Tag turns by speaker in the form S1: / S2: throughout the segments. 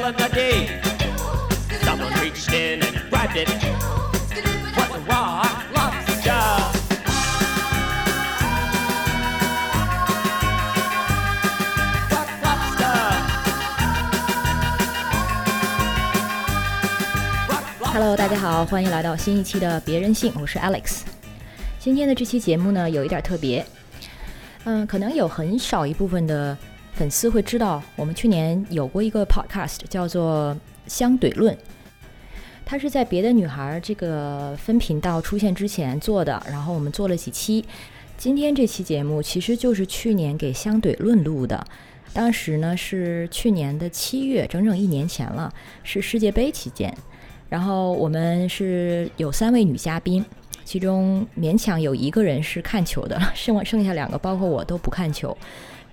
S1: me. Someone reached in and grabbed it. What a rock, lobster. Rock lobster. Rock lobster.
S2: Hello，大家好，欢迎来到新一期的《别人性》，我是 Alex。今天的这期节目呢，有一点特别，嗯，可能有很少一部分的粉丝会知道，我们去年有过一个 podcast 叫做《相对论》，它是在别的女孩这个分频道出现之前做的，然后我们做了几期。今天这期节目其实就是去年给《相对论》录的，当时呢是去年的七月，整整一年前了，是世界杯期间。然后我们是有三位女嘉宾，其中勉强有一个人是看球的，剩剩下两个包括我都不看球，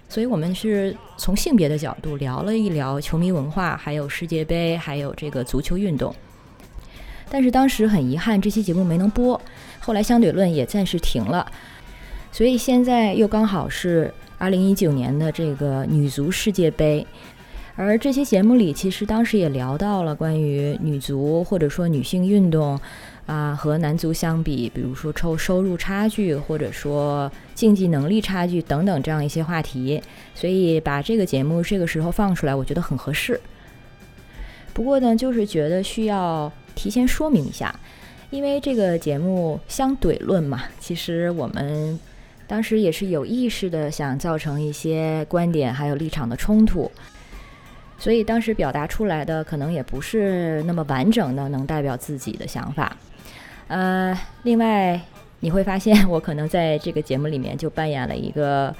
S2: 所以我们是从性别的角度聊了一聊球迷文化，还有世界杯，还有这个足球运动。但是当时很遗憾，这期节目没能播，后来相对论也暂时停了，所以现在又刚好是二零一九年的这个女足世界杯，而这期节目里，其实当时也聊到了关于女足或者说女性运动啊、和男足相比，比如说抽收入差距，或者说竞技能力差距等等这样一些话题，所以把这个节目这个时候放出来，我觉得很合适。不过呢，就是觉得需要提前说明一下，因为这个节目相对论嘛，其实我们当时也是有意识的想造成一些观点还有立场的冲突，所以当时表达出来的可能也不是那么完整的能代表自己的想法。呃，另外你会发现，我可能在这个节目里面就扮演了一个，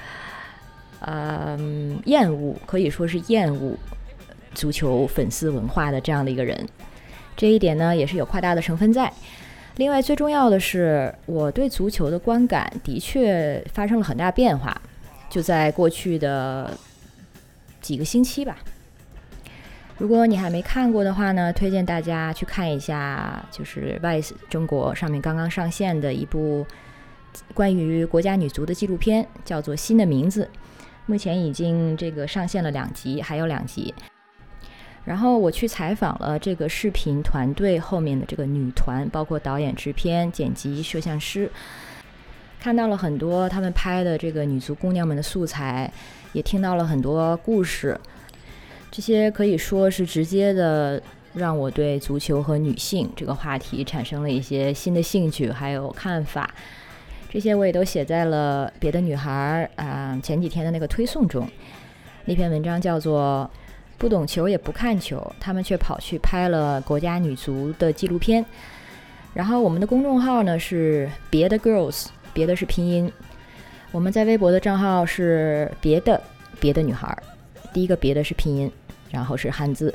S2: 呃，嗯厌恶可以说是厌恶足球粉丝文化的这样的一个人。这一点呢，也是有夸大的成分在。另外，最重要的是，我对足球的观感的确发生了很大变化，就在过去的几个星期吧。如果你还没看过的话呢，推荐大家去看一下，就是 Vice 中国上面刚刚上线的一部关于国家女足的纪录片，叫做《新的名字》，目前已经这个上线了两集，还有两集。然后我去采访了这个视频团队后面的这个女团，包括导演、制片、剪辑、摄像师，看到了很多他们拍的这个女足姑娘们的素材，也听到了很多故事。这些可以说是直接的让我对足球和女性这个话题产生了一些新的兴趣，还有看法。这些我也都写在了别的女孩儿啊、前几天的那个推送中。那篇文章叫做《不懂球也不看球，他们却跑去拍了国家女足的纪录片》。然后我们的公众号呢是别的 girls，别的是拼音。我们在微博的账号是别的别的女孩儿，第一个别的是拼音，然后是汉字。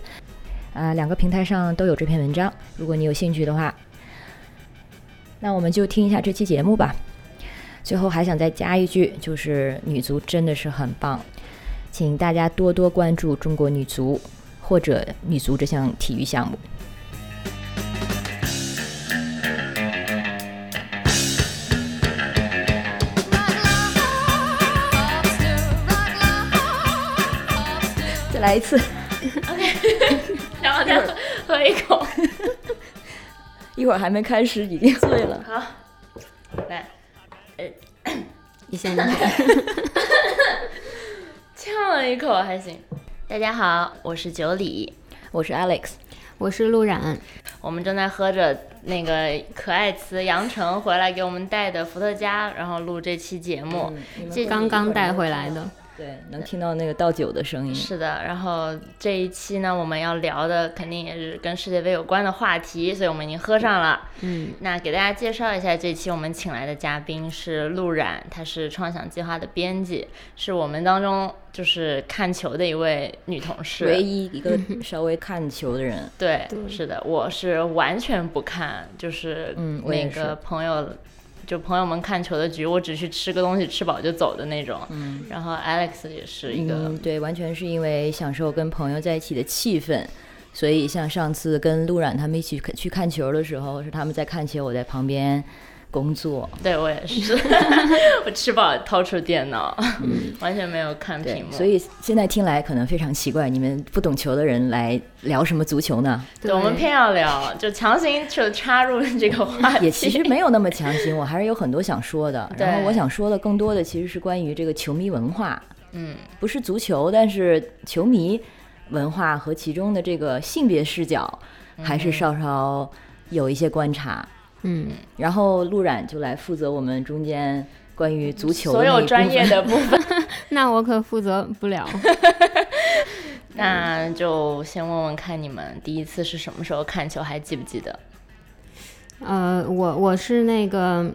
S2: 啊、两个平台上都有这篇文章，如果你有兴趣的话，那我们就听一下这期节目吧。最后还想再加一句，就是女足真的是很棒，请大家多多关注中国女足或者女足这项体育项目。再来一次，
S3: 然后再喝一口。
S2: 一会儿还没开始已经醉了。
S3: 好，来，
S4: 你先来。
S3: 呛了一口还行。大家好，我是九里，
S2: 我是 Alex，
S4: 我是陆冉，
S3: 我们正在喝着那个可爱词杨晨回来给我们带的伏特加，然后录这期节目。这
S4: 刚刚带回来的。
S2: 对，能听到那个倒酒的声音。
S3: 是的，然后这一期呢，我们要聊的肯定也是跟世界杯有关的话题，所以我们已经喝上了。
S4: 嗯，
S3: 那给大家介绍一下，这期我们请来的嘉宾是陆冉，她是创想计划的编辑，是我们当中就是看球的一位女同事。
S2: 唯一一个稍微看球的人，
S3: 对，
S4: 对
S3: 是的，我是完全不看，就是
S2: 嗯我也
S3: 那
S2: 是
S3: 个朋友，就朋友们看球的局，我只去吃个东西，吃饱就走的那种。
S2: 嗯，
S3: 然后 Alex 也是一个，
S2: 嗯，对，完全是因为享受跟朋友在一起的气氛，所以像上次跟陆冉他们一起去看球的时候，是他们在看球，我在旁边工作。
S3: 对我也 是， 我吃饱掏出电脑， 完全没有看
S2: 嗯对
S3: 屏，幕。
S2: 所以现在听来可能非常奇怪，你们不懂球的人来聊什么足球呢？
S3: 对，我们偏要聊，就强行就插入这个 话题。
S2: 也其实没有那么强行，我还是有很多想说的。
S3: 对
S2: 然后我想说的更多的其实是关于这个球迷文化，
S3: 嗯，
S2: 不是足球，但是球迷文化和其中的这个性别视角，
S3: 嗯
S2: 还是稍稍有一些观察。
S4: 嗯，
S2: 然后陆冉就来负责我们中间关于足球的那
S3: 所
S2: 一
S3: 有
S2: 部
S3: 专业
S2: 分
S3: 的部 分，
S4: 那我可负责不了。
S3: 那就先问问看你们第一次是什么时候看球，还记不记得？
S4: 呃，我我是那个。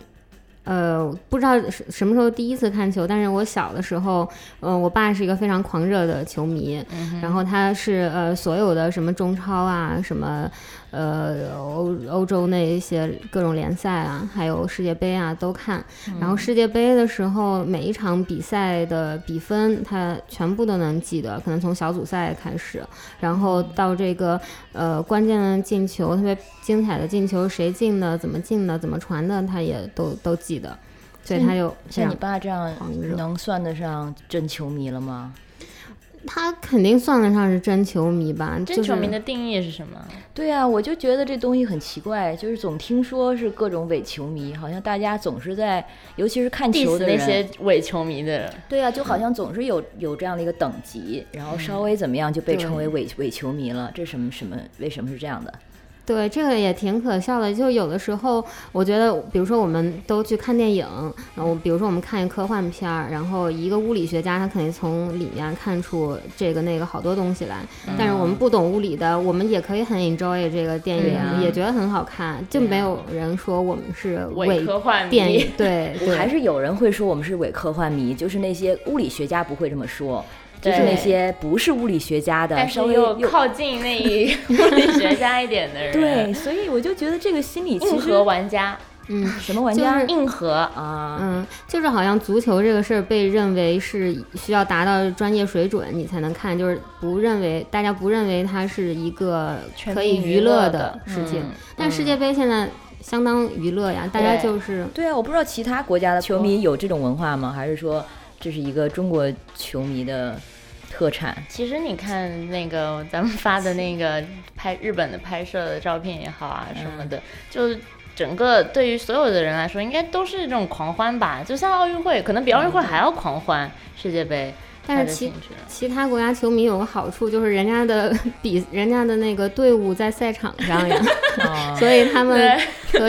S4: 呃，不知道是什么时候第一次看球，但是我小的时候，呃，我爸是一个非常狂热的球迷，然后他是呃所有的什么中超啊，什么呃欧欧洲那一些各种联赛啊，还有世界杯啊都看。然后世界杯的时候，每一场比赛的比分他全部都能记得，可能从小组赛开始，然后到这个呃关键的进球，特别精彩的进球，谁进的，怎么进的，怎么传的，他也都都记得，所以他就这
S2: 像
S4: 样
S2: 你爸这样
S4: 狂热
S2: 能算得上真球迷了吗？
S4: 他肯定算得上是真球迷吧？
S3: 真球迷的定义是什么？
S2: 对呀、我就觉得这东西很奇怪，就是总听说是各种伪球迷，好像大家总是在，尤其是看
S3: diss
S2: 球的
S3: 那
S2: 人，
S3: 些伪球迷的人，
S2: 对呀、啊就好像总是有有这样的一个等级，然后稍微怎么样就被称为伪伪球迷了，这什么什么？为什么是这样的？
S4: 对，这个也挺可笑的。就有的时候，我觉得，比如说我们都去看电影，然后比如说我们看一科幻片儿，然后一个物理学家他肯定从里面看出这个那个好多东西来。
S3: 嗯
S4: 但是我们不懂物理的，我们也可以很 enjoy 这个电影，
S3: 对啊呀
S4: 也觉得很好看，就没有人说我们是
S3: 伪
S4: 伪
S3: 科幻迷
S4: 电影。对对，
S2: 还是有人会说我们是伪科幻迷，就是那些物理学家不会这么说，就是
S3: 对
S2: 那些不是物理学家的，
S3: 但
S2: 啊稍
S3: 是
S2: 微
S3: 又
S2: 又
S3: 靠近 那一物理学家一点的人，
S2: 对，，所以我就觉得这个心理其
S3: 硬
S2: 实
S3: 核玩家，
S4: 嗯。
S2: 什么玩
S4: 就
S2: 家
S4: 是
S3: 硬核，
S2: 啊，
S4: 嗯，就是好像足球这个事儿被认为是需要达到专业水准你才能看，就是不认为大家不认为它是一个
S3: 全
S4: 可
S3: 民
S4: 以
S3: 娱
S4: 娱
S3: 乐
S4: 乐
S3: 的
S4: 的事情。
S3: 嗯
S4: 但世界杯现在相当娱乐呀，大家
S3: 对
S4: 就是
S2: 对啊，我不知道其他国家的球迷有这种文化吗？还是说这是一个中国球迷的特产？
S3: 其实你看那个咱们发的那个拍日本的拍摄的照片也好啊什么
S2: 嗯
S3: 的，就是整个对于所有的人来说，应该都是这种狂欢吧，就像奥运会，可能比奥
S2: 嗯
S3: 运会还要狂欢，世界杯它
S4: 但
S3: 的
S4: 是其
S3: 性质。
S4: 其他国家球迷有个好处，就是人家的 比人家的那个队伍在赛场上呀，
S3: 哦
S4: 所以他们 可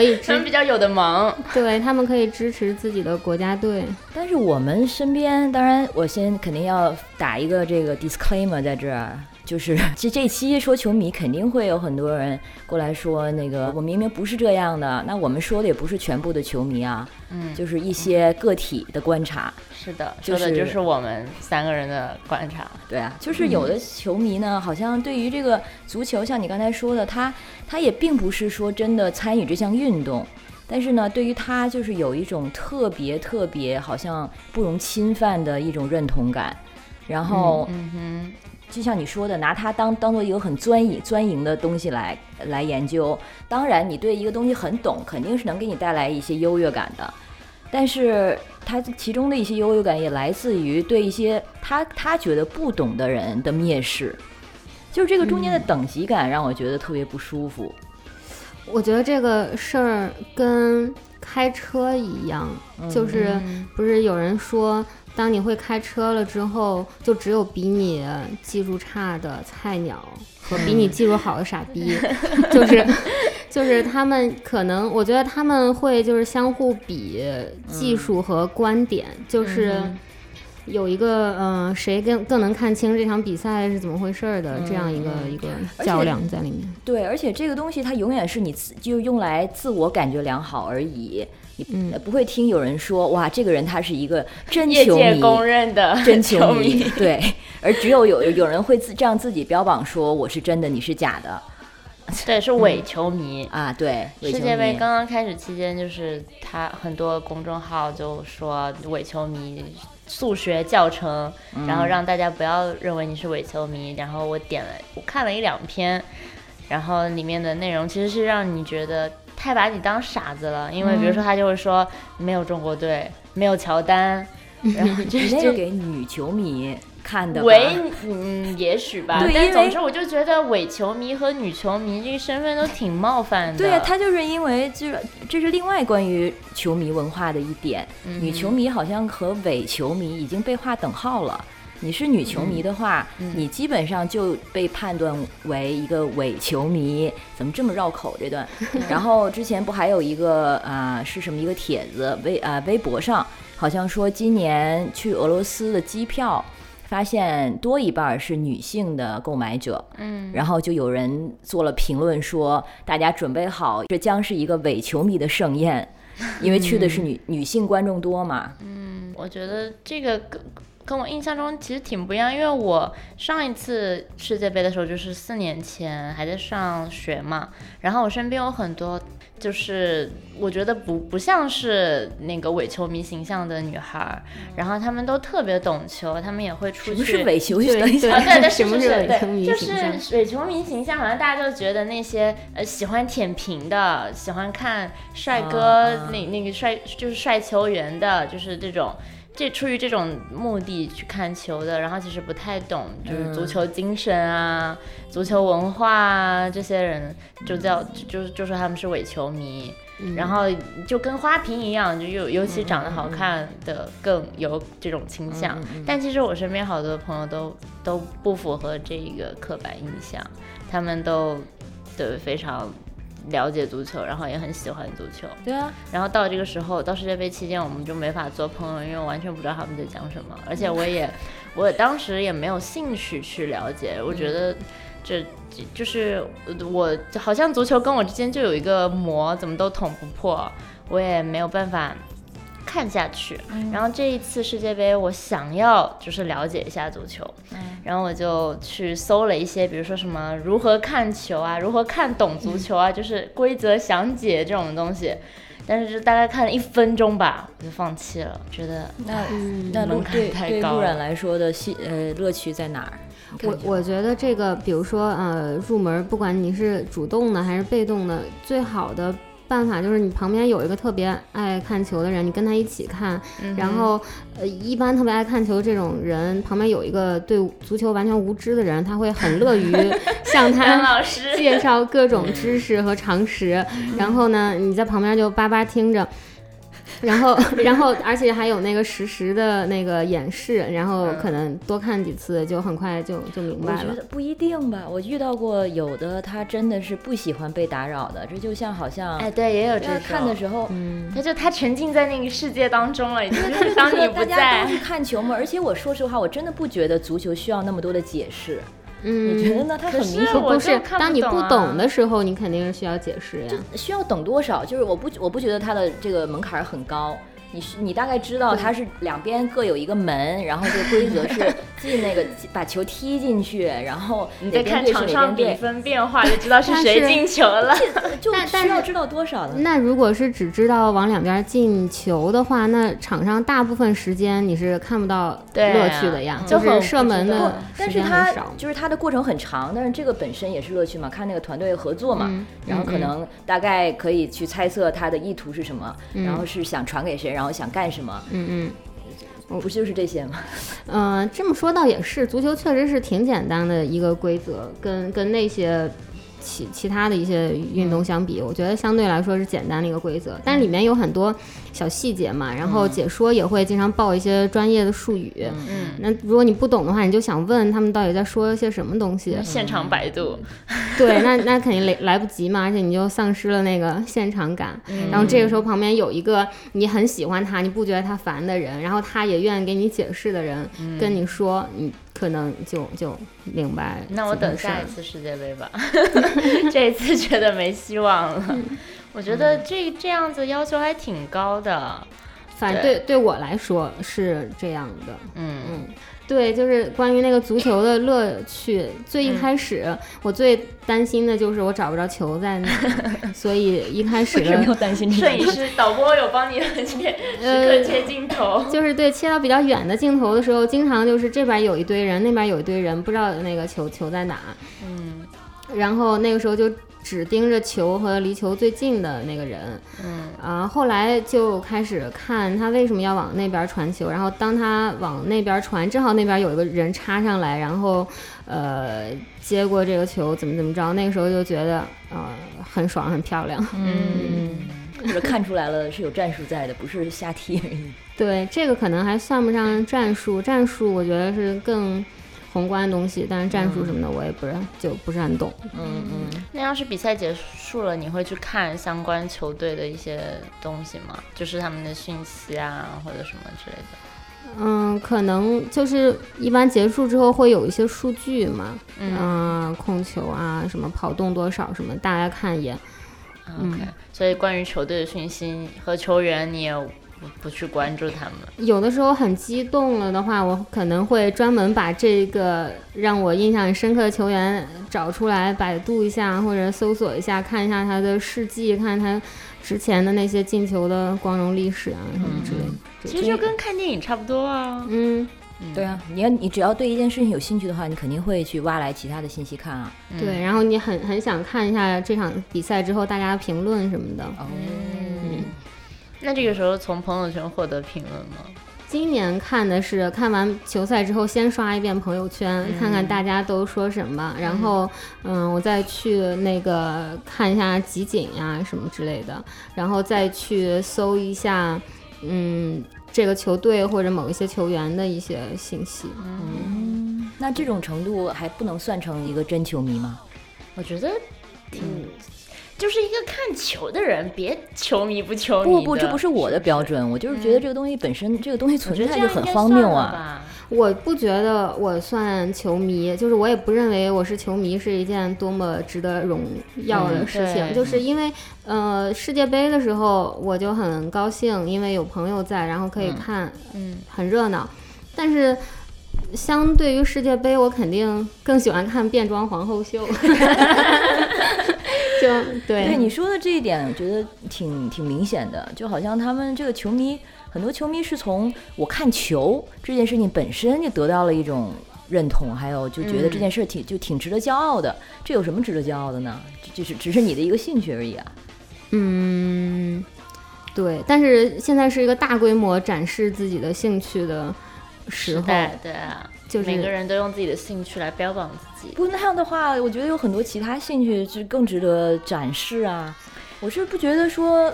S4: 以
S3: 他们
S4: 支
S3: 比较有的忙，
S4: 对他们可以支持自己的国家队。
S2: 但是我们身边，当然，我先肯定要打一个这个 disclaimer 在这儿，啊就是 这这期说球迷肯定会有很多人过来说，那个我明明不是这样的，那我们说的也不是全部的球迷啊，
S3: 嗯，
S2: 就是一些个体的观察，
S3: 是的，
S2: 就
S3: 说的就是是我们三个人的观察，
S2: 对啊，就是有的球迷呢，好像对于这个足球，像你刚才说的，他他也并不是说真的参与这项运动，但是呢，对于他就是有一种特别特别好像不容侵犯的一种认同感。然后，
S3: 嗯
S2: 就像你说的，拿它当当做一个很钻营钻营的东西来来研究。当然，你对一个东西很懂，肯定是能给你带来一些优越感的。但是它其中的一些优越感也来自于对一些他他觉得不懂的人的蔑视，就是这个中间
S3: 嗯
S2: 的等级感让我觉得特别不舒服。
S4: 我觉得这个事儿跟开车一样，
S2: 嗯
S4: 就是不是有人说，当你会开车了之后，就只有比你技术差的菜鸟和比你技术好的傻 逼，就是。就是他们可能，我觉得他们会就是相互比
S2: 嗯
S4: 技术和观点，就是有一个嗯、呃谁更更能看清这场比赛是怎么回事儿的、这样一个一个
S2: 嗯而且
S4: 较量在里面。
S2: 对，而且这个东西它永远是你自就用来自我感觉良好而已。你呃不会听有人说哇，这个人他是一个真
S3: 哼，嗯业
S2: 球迷，
S3: 界公认的
S2: 真
S3: 球
S2: 球迷，对，而只有有有人会自这样自己标榜说我是真的，你是假的
S3: 对，是伪球迷，
S2: 啊，对，伪
S3: 世
S2: 球
S3: 界杯
S2: 迷
S3: 刚刚开始期间，就是他很多公众号就说伪球迷数学教程，
S2: 嗯
S3: 然后让大家不要认为你是伪球迷。然后我点了，我看了一两篇，然后里面的内容其实是让你觉得。太把你当傻子了，因为比如
S2: 嗯
S3: 说他就会说没有中国队，没有 乔丹，然后就
S2: 你那
S3: 就
S2: 个给女球迷看的吧，
S3: 伪嗯，也许吧
S2: 对，
S3: 但
S2: 因为
S3: 总之我就觉得伪球迷和女球迷这个身份都挺冒犯的。
S2: 对呀、他就是因为就是这是另外关于球迷文化的一点，女球迷好像和伪球迷已经被划等号了。你是女球迷的话，你基本上就被判断为一个伪球迷。怎么这么绕口这段？然后之前不还有一个啊、是什么一个帖子微啊、微博上好像说今年去俄罗斯的机票。发现多一半儿是女性的购买者，嗯，然后就有人做了评论说，大家准备好，这将是一个伪球迷的盛 宴，因为去的是女、女性观众多嘛，
S3: 我觉得这个跟跟我印象中其实挺不一样，因为我上一次世界杯的时候就是四年前，还在上学嘛。然后我身边有很多，就是我觉得不不像是那个伪球迷形象的女孩儿，然后她们都特别懂球，她们也会出
S2: 不嗯
S3: 去。
S2: 是伪球迷。
S4: 对
S2: 等一下
S3: 啊， 对对，
S4: 什么
S3: 是
S4: 是
S3: 是
S4: 伪球
S3: 对，
S4: 迷
S3: 就
S4: 形象
S3: 是伪球迷形象，好像大家就觉得那些呃喜欢舔屏的、喜欢看帅哥、
S2: 啊
S3: 那那个帅就是帅球员的，就是这种。这出于这种目的去看球的，然后其实不太懂，就是足球精神啊、足球文化啊，这些人就叫就就就说他们是伪球迷，
S4: 嗯
S3: 然后就跟花瓶一样，就尤尤其长得好看的更有这种倾向。但其实我身边好多朋友都都不符合这一个刻板印象，他们都对非常了解足球，然后也很喜欢足球。
S2: 对啊，
S3: 然后到这个时候，到世界杯期间，我们就没法做朋友，因为我完全不知道他们在讲什么，而且我也，我当时也没有兴趣去了解，我觉得这。这就是我好像足球跟我之间就有一个膜，怎么都捅不破，我也没有办法看下去。然后这一次世界杯，我想要就是了解一下足球，然后我就去搜了一些，比如说什么如何看球啊，如何看懂足球啊，就是规则详解这种东西。但是就大概看了一分钟吧，我就放弃了，觉得
S2: 那哎嗯那路
S3: 门槛
S2: 对
S3: 太
S2: 对
S3: 高
S2: 路人
S3: 了
S2: 来说的戏呃乐趣在哪儿？你看
S4: 我
S2: 一下
S4: 我觉得这个，比如说呃，入门，不管你是主动的还是被动的，最好的办法就是你旁边有一个特别爱看球的人，你跟他一起看。然后呃，一般特别爱看球这种人，旁边有一个对足球完全无知的人，他会很乐 于
S3: 安
S4: 向他。
S3: 老师
S4: 介绍各种知识和常识，
S3: 嗯
S4: 然后呢，你在旁边就巴巴听着，然后，然后，而且还有那个实时的那个演示，然后
S3: 嗯
S4: 可能多看几次，就很快就就明
S2: 我
S4: 白
S2: 觉
S4: 了。
S2: 得不一定吧，我遇到过有的他真的是不喜欢被打扰的，这就像好像
S3: 哎，对，也有这
S2: 要
S3: 种
S2: 看的时候，嗯
S3: 他就他沉浸在那个世界当中 了，已经就是当你不
S2: 大家
S3: 在
S2: 都，是看球嘛，而且我说实话，我真的不觉得足球需要那么多的解释。
S4: 嗯，
S2: 你觉得呢？它很
S3: 可是
S2: 明显，
S3: 我
S4: 不
S3: 就是看不懂啊
S4: 当你不懂的时候，你肯定是需要解释呀。
S2: 需要等多少？就是我不我不觉得它的这个门槛儿很高。你是你大概知道它是两边各有一个门，然后这个规则是进那个把球踢进去，然后
S3: 你
S2: 哪
S3: 在
S2: 边
S3: 看
S2: 队是
S3: 场
S2: 哪
S3: 上
S2: 边队，
S3: 比分变化就知道是谁
S4: 但是
S3: 进球了。
S2: 就
S4: 但但
S2: 需要
S4: 是
S2: 知道多少呢？
S4: 那如果是只知道往两边进球的话，那场上大部分时间你是看不到
S3: 对啊
S4: 乐趣的呀，
S3: 嗯
S4: 就
S3: 就很
S4: 是射门
S3: 不知
S4: 的
S3: 道
S2: 但
S4: 时
S2: 是
S4: 间
S2: 它
S4: 很少。
S2: 就是它的过程很长，但是这个本身也是乐趣嘛，看那个团队合作嘛，然后可能大概可以去猜测他的意图是什么，然后是想传给谁，然后想干什么，
S4: 嗯嗯。
S2: 不就是这些吗？
S4: 嗯、这么说倒也是，足球确实是挺简单的一个规则，跟跟那些其其他的一些运
S3: 嗯
S4: 动相比，我觉得相对来说是简单的一个规则，但是里面有很多小细节嘛，然后解说也会经常报一些专业的术语。
S3: 嗯，
S4: 那如果你不懂的话，你就想问他们到底在说些什么东西。
S3: 嗯现场百度，
S2: 嗯
S4: 对，那那肯定来来不及嘛，而且你就丧失了那个现场感。
S3: 嗯
S4: 然后这个时候旁边有一个你很喜欢他，你不觉得他烦的人，然后他也愿意给你解释的人，
S3: 嗯
S4: 跟你说，你可能就就明白怎么
S3: 那
S4: 回事儿。
S3: 我等下一次世界杯吧， 这一次觉得没希望了。
S2: 嗯
S3: 我觉得这这样子要求还挺高的，
S4: 反正对对我来说是这样的。
S3: 嗯嗯
S4: 对，就是关于那个足球的乐趣。最
S3: 嗯
S4: 一开始，我最担心的就是我找不着球在哪 儿，所以一开 始的
S2: 担心
S3: 摄影师导播有帮你 切
S2: 呃
S4: 呃
S3: 时刻切镜头，
S4: 就是对切到比较远的镜头的时候，经常就是这边有一堆人，那边有一堆人，不知道那个球球在哪。嗯，然后那个时候就只盯着球和离球最近的那个人。
S3: 嗯
S4: 啊，后来就开始看他为什么要往那边传球，然后当他往那边传，正好那边有一个人插上来，然后呃接过这个球，怎么怎么着，那个时候就觉得呃很爽，很漂亮。
S3: 嗯
S2: 就是看出来了是有战术在的，不是瞎踢而已。
S4: 对，这个可能还算不上战术，战术我觉得是更宏观的东西，但是战术什么的我也不是、就不是很懂。
S2: 嗯嗯，
S3: 那要是比赛结束了，你会去看相关球队的一些东西吗？就是他们的讯息啊，或者什么之类的。
S4: 嗯，可能就是一般结束之后会有一些数据嘛，嗯、控球啊，什么跑动多少什么，大概看一眼。
S2: 嗯
S3: OK，、所以关于球队的讯息和球员，你也不不去关注他们。
S4: 有的时候很激动了的话，我可能会专门把这个让我印象深刻的球员找出来，百度一下或者搜索一下，看一下他的事迹，看他之前的那些进球的光荣历史啊什么之类的。
S3: 嗯其实就跟看电影差不多啊。
S4: 嗯，
S2: 对啊，你要你只要对一件事情有兴趣的话，你肯定会去挖来其他的信息看啊。
S3: 嗯
S4: 对。然后你很很想看一下这场比赛之后大家的评论什么的。
S2: 哦，
S3: 嗯，那这个时候从朋友圈获得评论吗？
S4: 今年看的是看完球赛之后，先刷一遍朋友圈，看看大家都说什么，然后嗯，我再去那个看一下集锦呀、什么之类的，然后再去搜一下嗯这个球队或者某一些球员的一些信息。
S2: 那这种程度还不能算成一个真球迷吗？
S3: 我觉得
S2: 嗯
S3: 挺，就是一个看球的人，别球迷不球迷
S2: 不
S3: 的。
S2: 不，这不是嗯我的标准，我就是觉得这个东西本身，这个东西存
S3: 我觉得
S2: 在
S3: 这
S2: 就
S3: 样
S2: 很
S3: 应该
S2: 荒
S3: 算
S2: 谬
S3: 了
S2: 啊。
S3: 吧。
S4: 我不觉得我算球迷，就是我也不认为我是球迷是一件多么值得荣耀的事情，
S3: 嗯对
S4: 就是因为呃世界杯的时候我就很高兴，因为有朋友在，然后可以看，
S3: 嗯，
S4: 很热闹。但是相对于世界杯，我肯定更喜欢看变装皇后秀。 就对
S2: 对你说的这一点，我觉得挺挺明显的，就好像他们这个球迷，很多球迷是从我看球这件事情本身就得到了一种认同，还有就觉得这件事挺、就挺值得骄傲的。这有什么值得骄傲的呢？这就是只是你的一个兴趣而已啊。
S4: 嗯，对，但是现在是一个大规模展示自己的兴趣的时
S2: 哦
S4: 候，
S3: 代对啊，
S4: 就是
S3: 每个人都用自己的兴趣来标榜自己。
S2: 不那样的话，我觉得有很多其他兴趣是更值得展示啊。我是不觉得说，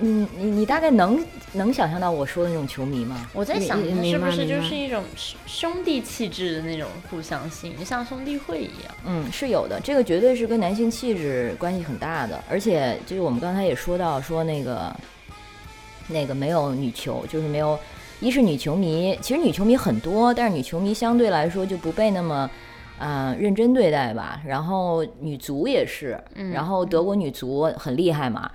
S2: 嗯，你你大概能能想象到我说的那种球迷吗？
S3: 我在想，
S4: 你
S3: 他
S4: 你
S3: 是不
S4: 明白
S3: 是就
S4: 明白
S3: 是一种兄兄弟气质的那种互相吸引，像兄弟会一样？
S2: 嗯，是有的，这个绝对是跟男性气质关系很大的，而且就是我们刚才也说到，说那个那个没有女球，就是没有，一是女球迷，其实女球迷很多，但是女球迷相对来说就不被那么。呃，认真对待吧。然后女足也是，
S3: 嗯
S2: 然后德国女足很厉害嘛，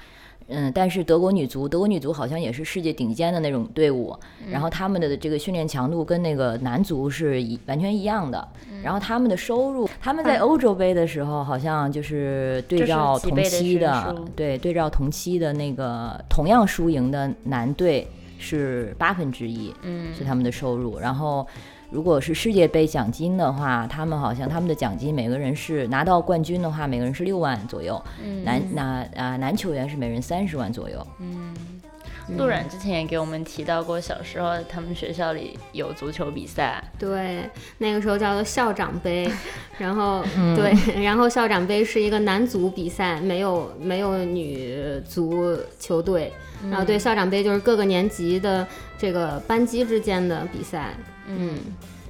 S2: 嗯，但是德国女足，德国女足好像也是世界顶尖的那种队伍，
S3: 嗯
S2: 然后他们的这个训练强度跟那个男足是一完全一样的，
S3: 嗯
S2: 然后他们的收入，他们在欧洲杯的时候好像就是对照
S3: 就是几
S2: 同
S3: 倍的
S2: 期的，
S3: 悬殊
S2: 对，对照同期的那个同样输赢的男队是八分之一，
S3: 嗯
S2: 是他们的收入，然后。如果是世界杯奖金的话，他们好像他们的奖金每个人是拿到冠军的话，每个人是六万左右，
S3: 嗯
S2: 男那啊男球员是每人三十万左右，
S4: 嗯
S3: 陆冉之前也给我们提到过，小时候他们学校里有足球比赛，
S4: 对，那个时候叫做校长杯，然后、对，然后校长杯是一个男足比赛，没有没有女足球队，然后对校长杯就是各个年级的这个班级之间的比赛，嗯，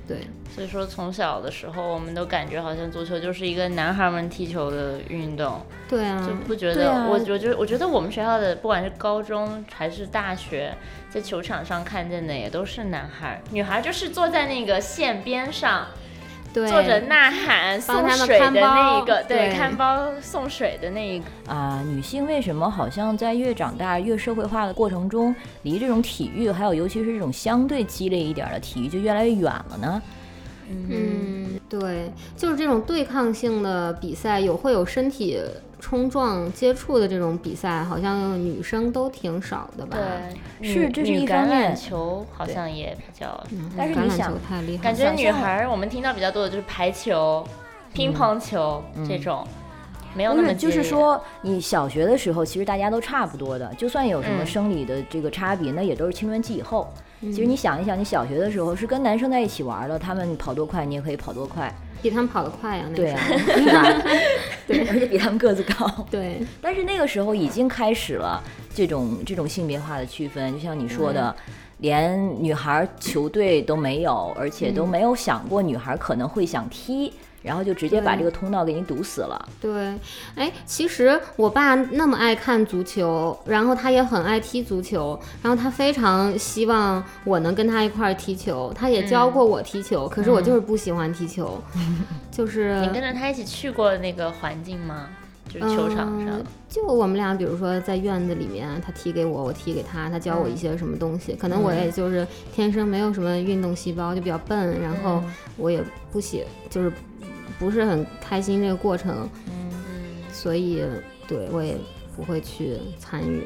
S4: 对，
S3: 所以说从小的时候，我们都感觉好像足球就是一个男孩们踢球的运动，
S4: 对
S3: 就
S4: 啊，
S3: 不觉
S2: 对
S3: 得、
S2: 啊
S3: 我我觉得我觉得我们学校的不管是高中还是大学，在球场上看见的也都是男孩，女孩就是坐在那个线边上
S4: 对，
S3: 坐着呐喊
S4: 帮
S3: 送
S4: 他们
S3: 水的
S4: 看
S3: 那
S4: 包
S3: 一个，对，
S4: 对
S3: 看包送水的那一个，
S2: 啊、女性为什么好像在越长大越社会化的过程中，离这种体育，还有尤其是这种相对激烈一点儿的体育，就越来越远了呢？
S4: 嗯，对，就是这种对抗性的比赛，有会有身体冲撞接触的这种比赛，好像女生都挺少的吧？
S3: 对，
S2: 是
S3: 女
S2: 这是
S3: 女
S2: 一
S3: 橄
S2: 方面
S3: 榄球好像也比较，
S2: 但是
S4: 橄
S2: 你
S4: 榄
S2: 想
S4: 球太厉害了，
S3: 感觉
S2: 想
S3: 女
S2: 象嗯
S3: 孩儿我们听到比较多的就是排球、乒乓球这种。没有
S2: 不
S3: 那
S2: 是，
S3: 么
S2: 就
S3: 介
S2: 是
S3: 意
S2: 说，你小学的时候，其实大家都差不多的，就算有什么
S3: 嗯
S2: 生理的这个差别，那也都是青春期以后。其实你想一想，你小学的时候是跟男生在一起玩的，他们跑多快，你也可以跑多快，
S4: 比他们跑得快呀、那
S2: 对
S4: 时
S2: 啊
S4: 候，
S2: 是吧？ 对，而且比他们个子高。
S4: 对，
S2: 但是那个时候已经开始了这种这种性别化的区分，就像你说的，连女孩球队都没有，而且都没有想过女孩可能会想踢，然后就直接把
S4: 对
S2: 这个通道给你堵死了。
S4: 对，哎，其实我爸那么爱看足球，然后他也很爱踢足球，然后他非常希望我能跟他一块儿踢球，他也
S3: 嗯
S4: 教过我踢球，可是我就是不喜欢踢球，就 是
S3: 你跟着他一起去过那个环境吗？就是球场上
S4: 嗯，就我们俩，比如说在院子里面，他踢给我，我踢给他，他教我一些什么东西，
S3: 嗯
S4: 可能我也就是天生没有什么运动细胞，就比较笨，然后
S3: 嗯
S4: 我也不喜，就是不是很开心这个过程，
S3: 嗯
S4: 所以对我也不会去参与。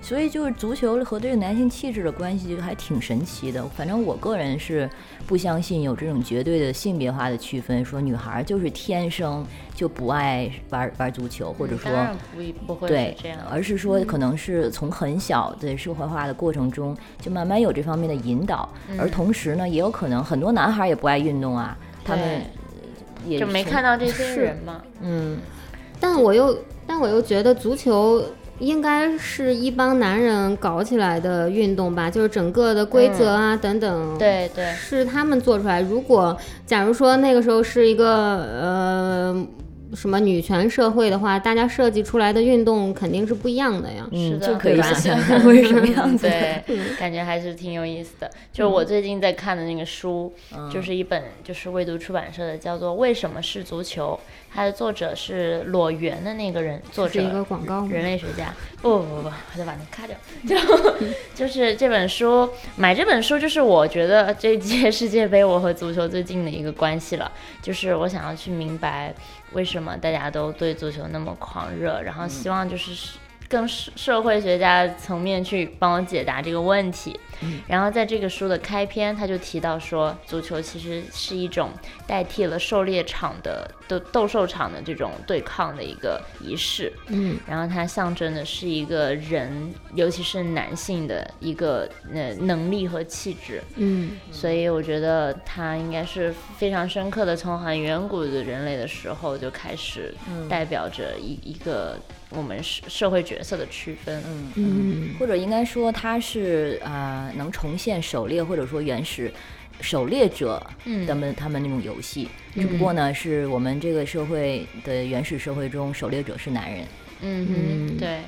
S2: 所以就是足球和这个男性气质的关系就还挺神奇的。反正我个人是不相信有这种绝对的性别化的区分，说女孩就是天生就不爱玩玩足球，或者说
S3: 当然不不会
S2: 对
S3: 是这样，的。
S2: 而是说可能是从很小的社会化的过程中，就慢慢有这方面的引导，
S3: 嗯
S2: 而同时呢，也有可能很多男孩也不爱运动啊，他们也
S3: 就没
S2: 是
S3: 看到这些人嘛。
S2: 嗯
S4: 但我又，但我又觉得足球应该是一帮男人搞起来的运动吧，就是整个的规则啊、等等，
S3: 嗯对对，
S4: 是他们做出来。如果假如说那个时候是一个呃什么女权社会的话，大家设计出来的运动肯定是不一样的呀。
S3: 是
S2: 嗯，
S3: 的
S2: 就可以
S3: 对吧
S2: 想象 它会是什么样子。嗯
S3: 对，感觉还是挺有意思的。就是我最近在看的那个书，
S4: 嗯
S3: 就是一本就是未读出版社的，叫做《为什么是足球》，它的作者是裸猿的那个人，作
S4: 是
S3: 者
S4: 一个广告吗？
S3: 人类学家，不不不不，我得把那咔掉。 就就是这本书，买这本书就是我觉得这一届世界杯我和足球最近的一个关系了，就是我想要去明白为什么大家都对足球那么狂热，然后希望就是更社社会学家层面去帮我解答这个问题。然后在这个书的开篇，他就提到说，足球其实是一种代替了狩猎场的斗斗兽场的这种对抗的一个仪式。
S4: 嗯，
S3: 然后它象征的是一个人，尤其是男性的一个呃能力和气质，
S4: 嗯，
S3: 所以我觉得它应该是非常深刻的，从很远古的人类的时候就开始代表着一、一个我们社社会角色的区分。
S2: 嗯或者应该说它是呃能重现狩猎或者说原始狩猎者
S3: 嗯
S2: 他们、他们那种游戏，只不过呢是我们这个社会的原始社会中狩猎者是男人，
S3: 嗯哼，对，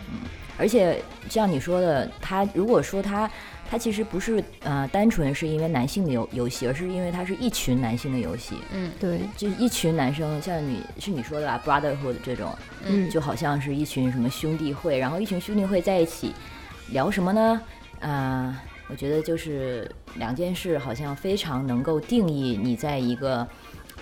S2: 而且像你说的，他如果说他。它其实不是呃单纯是因为男性的游游戏，而是因为它是一群男性的游戏，
S4: 对，
S2: 就是一群男生，像你是你说的吧，brotherhood 这种，
S4: 嗯
S2: 就好像是一群什么兄弟会，然后一群兄弟会在一起聊什么呢？呃，我觉得就是两件事，好像非常能够定义你在一个，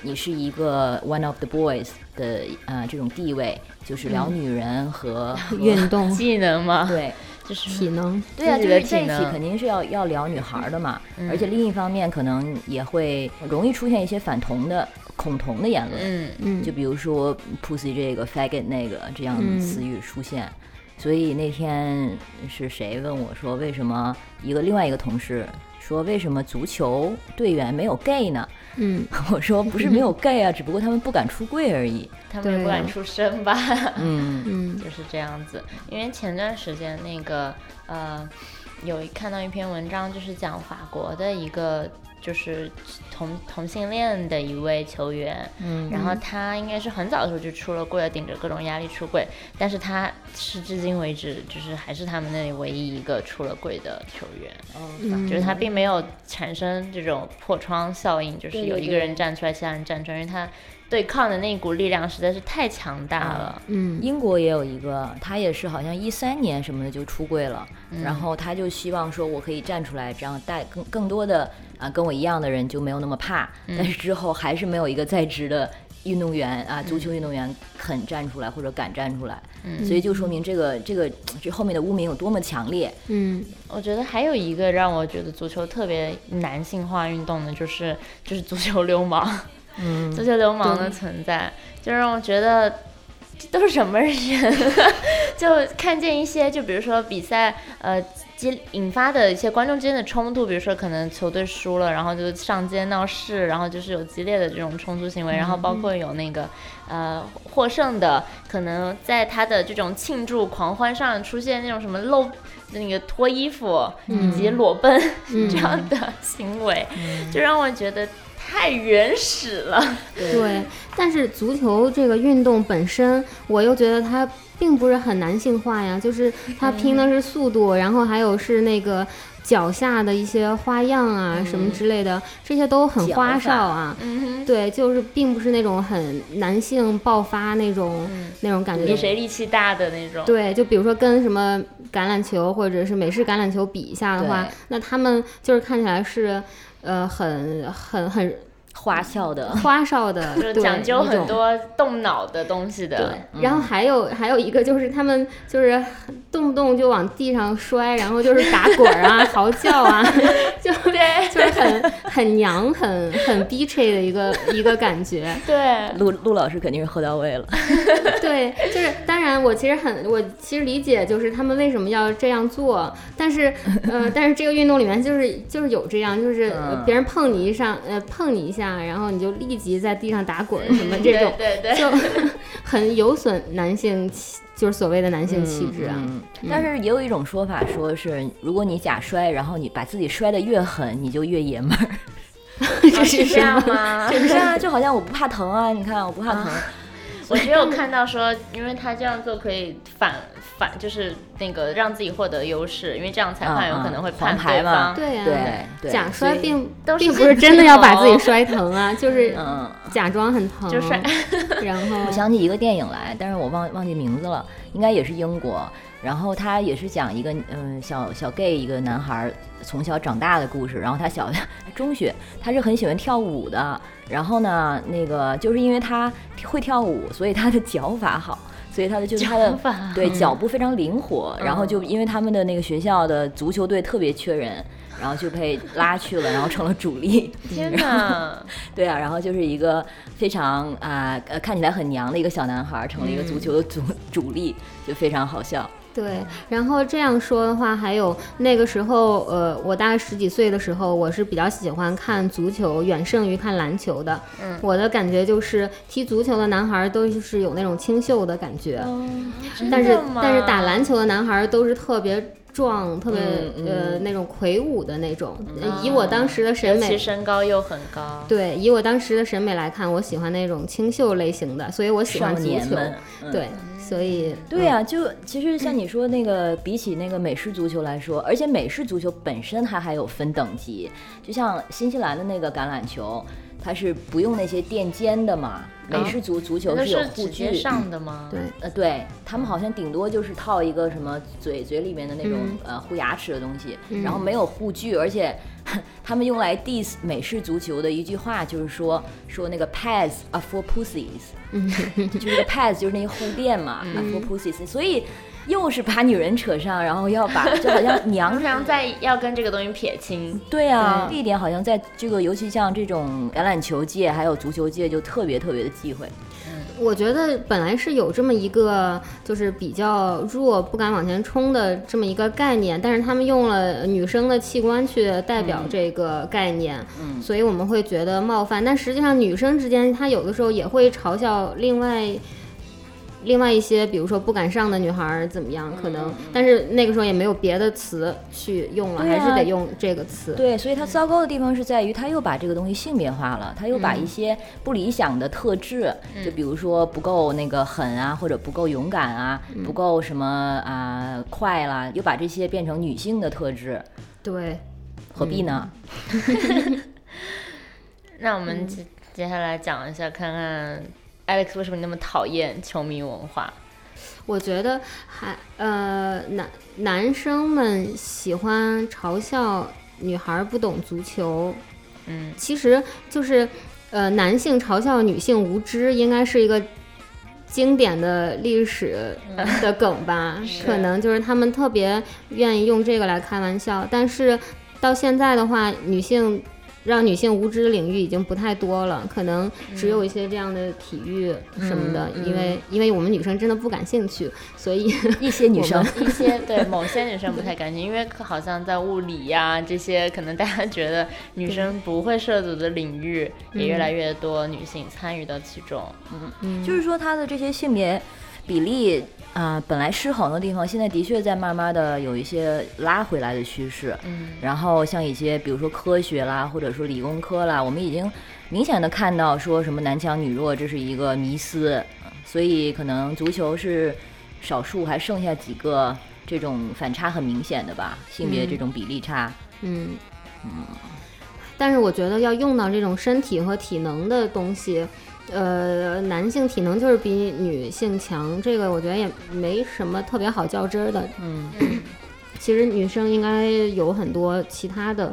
S2: 你是一个 one of the boys 的呃这种地位，就是聊女人和、
S4: 嗯 运动、
S3: 技能嘛，
S2: 对
S3: 就是
S4: 体能，
S2: 对啊，
S3: 自
S2: 就
S3: 己的
S2: 是在
S3: 体
S2: 一起
S3: 能嗯
S2: 肯定是要要聊女孩儿的嘛，而且另一方面可能也会容易出现一些反同的、恐同的言论。
S3: 嗯嗯
S4: 嗯
S2: 就，比如说 pussy 这个 faggot 那个这样的词语出现。所以那天是谁问我说，为什么一个另外一个同事说为什么足球队员没有 gay 呢？
S4: 嗯，
S2: 我说不是没有 gay 啊，只不过他们不敢出柜而 已。
S3: 他们也
S4: 对
S3: 不敢出声 吧。
S2: 嗯
S4: 嗯，
S3: 就是这样子。因为前段时间那个呃，有一看到一篇文章，就是讲法国的一个就是同同性恋的一位球员，
S2: 嗯，
S3: 然后他应该是很早的时候就出了柜了，顶着各种压力出柜，但是他是至今为止就是还是他们那里唯一一个出了柜的球员，
S4: 嗯
S3: 就是
S2: 嗯
S3: 他并没有产生这种破窗效应，就是
S2: 对
S3: 有
S2: 对
S3: 一个
S2: 对
S3: 人站出来，其他人站出来，因为他对抗的那股力量实在是太强大了。
S4: 嗯，
S2: 英国也有一个，他也是好像一三年什么的就出柜了，
S4: 嗯
S2: 然后他就希望说我可以站出来，这样带更更多的啊、跟我一样的人就没有那么怕。
S4: 嗯
S2: 但是之后还是没有一个在职的运动员
S4: 嗯
S2: 啊，足球运动员肯站出来或者敢站出来，所以就说明这个这个这后面的污名有多么强烈。
S4: 嗯，
S3: 我觉得还有一个让我觉得足球特别男性化运动的，就是就是足球流氓，嗯，足球流氓的存在，就让我觉得这都是什么人？ 就看见一些，就比如说比赛，呃，激引发的一些观众之间的冲突，比如说可能球队输了，然后就上街闹事，然后就是有激烈的这种冲突行为，然后包括有那个呃获胜的，可能在他的这种庆祝狂欢上出现那种什么露。那个脱衣服
S4: 嗯
S3: 以及裸奔、 这样的行为，
S4: 嗯
S3: 就让我觉得太原始了。
S4: 对，但是足球这个运动本身，我又觉得它并不是很男性化呀，就是
S3: 嗯
S4: 它拼的是速度，然后还有是那个脚下的一些花样啊、什么之类的，这些都很花哨啊。
S3: 嗯哼，
S4: 对，就是并不是那种很男性爆发那种、那种感觉。
S3: 嗯比谁力气大的那种。
S4: 对，就比如说跟什么橄榄球或者是美式橄榄球比一下的话
S2: 对，
S4: 那他们就是看起来是，呃，很很很
S2: 花笑的，
S4: 花哨的，
S3: 就是
S4: 对
S3: 讲究
S4: 一种
S3: 很多动脑的东西的。
S4: 对，然后还有还有一个就是他们就是动不动就往地上摔，然后就是打滚儿啊、 嚎叫啊，就
S3: 对
S4: 就是很很娘、很很 bitchy 的一个一个感觉。
S3: 对，
S2: 陆陆老师肯定是喝到位了。
S4: 对，就是当然，我其实很，我其实理解就是他们为什么要这样做，但是，呃，但是这个运动里面就是就是有这样，就是
S2: 嗯
S4: 别人碰你一上，呃，碰你一下，然后你就立即在地上打滚儿什么这种，
S3: 嗯对对对，
S4: 就很有损男性气，就是所谓的男性气质啊。
S2: 嗯但是也有一种说法，说是如果你假摔，然后你把自己摔得越狠，你就越爷们儿。
S3: 哦是这样吗？
S2: 是啊，就好像 我不怕疼啊，你看我不怕疼，嗯
S3: 我只有看到说，因为他这样做可以反反，就是那个让自己获得优势，因为这样裁
S4: 嗯
S3: 判有可能会判
S2: 黄牌
S3: 对
S2: 嘛
S3: 方。
S4: 对呀、
S2: 对对，
S4: 假
S2: 所
S4: 摔
S2: 以
S4: 并
S3: 都是
S4: 并不
S3: 自
S4: 是
S3: 己
S4: 真的要把
S3: 有
S4: 自己摔 疼啊，就是
S2: 嗯。
S4: 假装很疼，
S3: 就 摔
S4: 然后
S2: 我想起一个电影来，但是我忘忘记名字了，应该也是英国。然后他也是讲一个嗯小小 gay 一个男孩儿从小长大的故事。然后他小 中学他是很喜欢跳舞的，然后呢那个就是因为他会跳舞，所以他的脚法好，所以他的就是他的
S3: 脚法
S2: 对脚步非常灵活。然后就因为他们的那个学校的足球队特别缺人，然后就被拉去了，然后成了主力。
S3: 天哪！
S2: 对啊，然后就是一个非常啊呃看起来很娘的一个小男孩，成了一个足球的主、 主力，就非常好笑。
S4: 对，然后这样说的话，还有那个时候，呃，我大概十几岁的时候，我是比较喜欢看足球，远胜于看篮球的。
S3: 嗯
S4: 我的感觉就是踢足球的男孩儿都是有那种清秀的感觉，但是
S3: 哦真的吗
S4: 但是打篮球的男孩儿都是特别壮，特别、
S2: 嗯
S4: 呃那种魁梧的那种。呃以我当时的审
S3: 嗯尤
S4: 美，
S3: 其身高又很高，
S4: 对，以我当时的审美来看，我喜欢那种清秀类型的，所以我喜欢
S2: 少
S4: 足
S2: 年
S4: 球
S2: 们。嗯
S4: 对，所以
S2: 对啊，就其实像你说那个，比起那个美式足球来说，而且美式足球本身它还有分等级，就像新西兰的那个橄榄球，它是不用那些垫肩的嘛，美式足足球
S3: 那
S2: 有
S3: 是
S2: 护
S3: 直
S2: 具
S3: 接。上的吗？
S4: 嗯对。
S2: 呃，对他们好像顶多就是套一个什么嘴嘴里面的那种、呃护牙齿的东西，然后没有护具，而且他们用来 diss 美式足球的一句话就是说说那个 pads are for pussies，、就是 那个 pads 就是那个护垫嘛、a r e for pussies，所以又是把女人扯上，然后要把就好像娘
S3: 常常在要跟这个东西撇清，
S2: 对啊，这一点好像在这个尤其像这种橄榄球界还有足球界就特别特别的忌讳，
S4: 我觉得本来是有这么一个就是比较弱、不敢往前冲的这么一个概念，但是他们用了女生的器官去代表这个概念，嗯、所以我们会觉得冒犯。但实际上，女生之间她有的时候也会嘲笑另外。另外一些，比如说不敢上的女孩儿怎么样？可能，但是那个时候也没有别的词去用了，
S2: 对啊
S4: 还是得用这个词。
S2: 对，所以它糟糕的地方是在于，它又把这个东西性别化了，它又把一些不理想的特质，就比如说不够那个狠啊，或者不够勇敢啊，不够什么啊、快啦，又把这些变成女性的特质，
S4: 对，
S2: 何必呢？
S3: 那我们接接下来讲一下，看看 Alex 为什么那么讨厌球迷文化？
S4: 我觉得还呃男男生们喜欢嘲笑女孩儿不懂足球，
S3: 嗯，
S4: 其实就是呃男性嘲笑女性无知，应该是一个。经典的历史的梗吧，可能就是他们特别愿意用这个来开玩笑，但是到现在的话，女性让女性无知领域已经不太多了，可能只
S2: 嗯
S4: 有一些这样的体育什么的，因为因为我们女生真的不感兴趣，所以
S2: 一些女
S4: 我
S2: 生
S4: 们
S3: 一些对某些女生不太 感兴趣，因为可好像在物理呀、这些，可能大家觉得女生不会涉足的领域，也越来越多女性参与到其中。
S2: 就是说它的这些性别比例啊、本来失衡的地方，现在的确在慢慢的有一些拉回来的趋势。
S3: 嗯，
S2: 然后像一些比如说科学啦，或者说理工科啦，我们已经明显的看到说什么男强女弱，这是一个迷思，所以可能足球是少数，还剩下几个这种反差很明显的吧，性别这种比例差。
S4: 嗯，但是我觉得要用到这种身体和体能的东西，呃，男性体能就是比女性强，这个我觉得也没什么特别好较真儿的。
S2: 嗯，
S4: 其实女生应该有很多其他的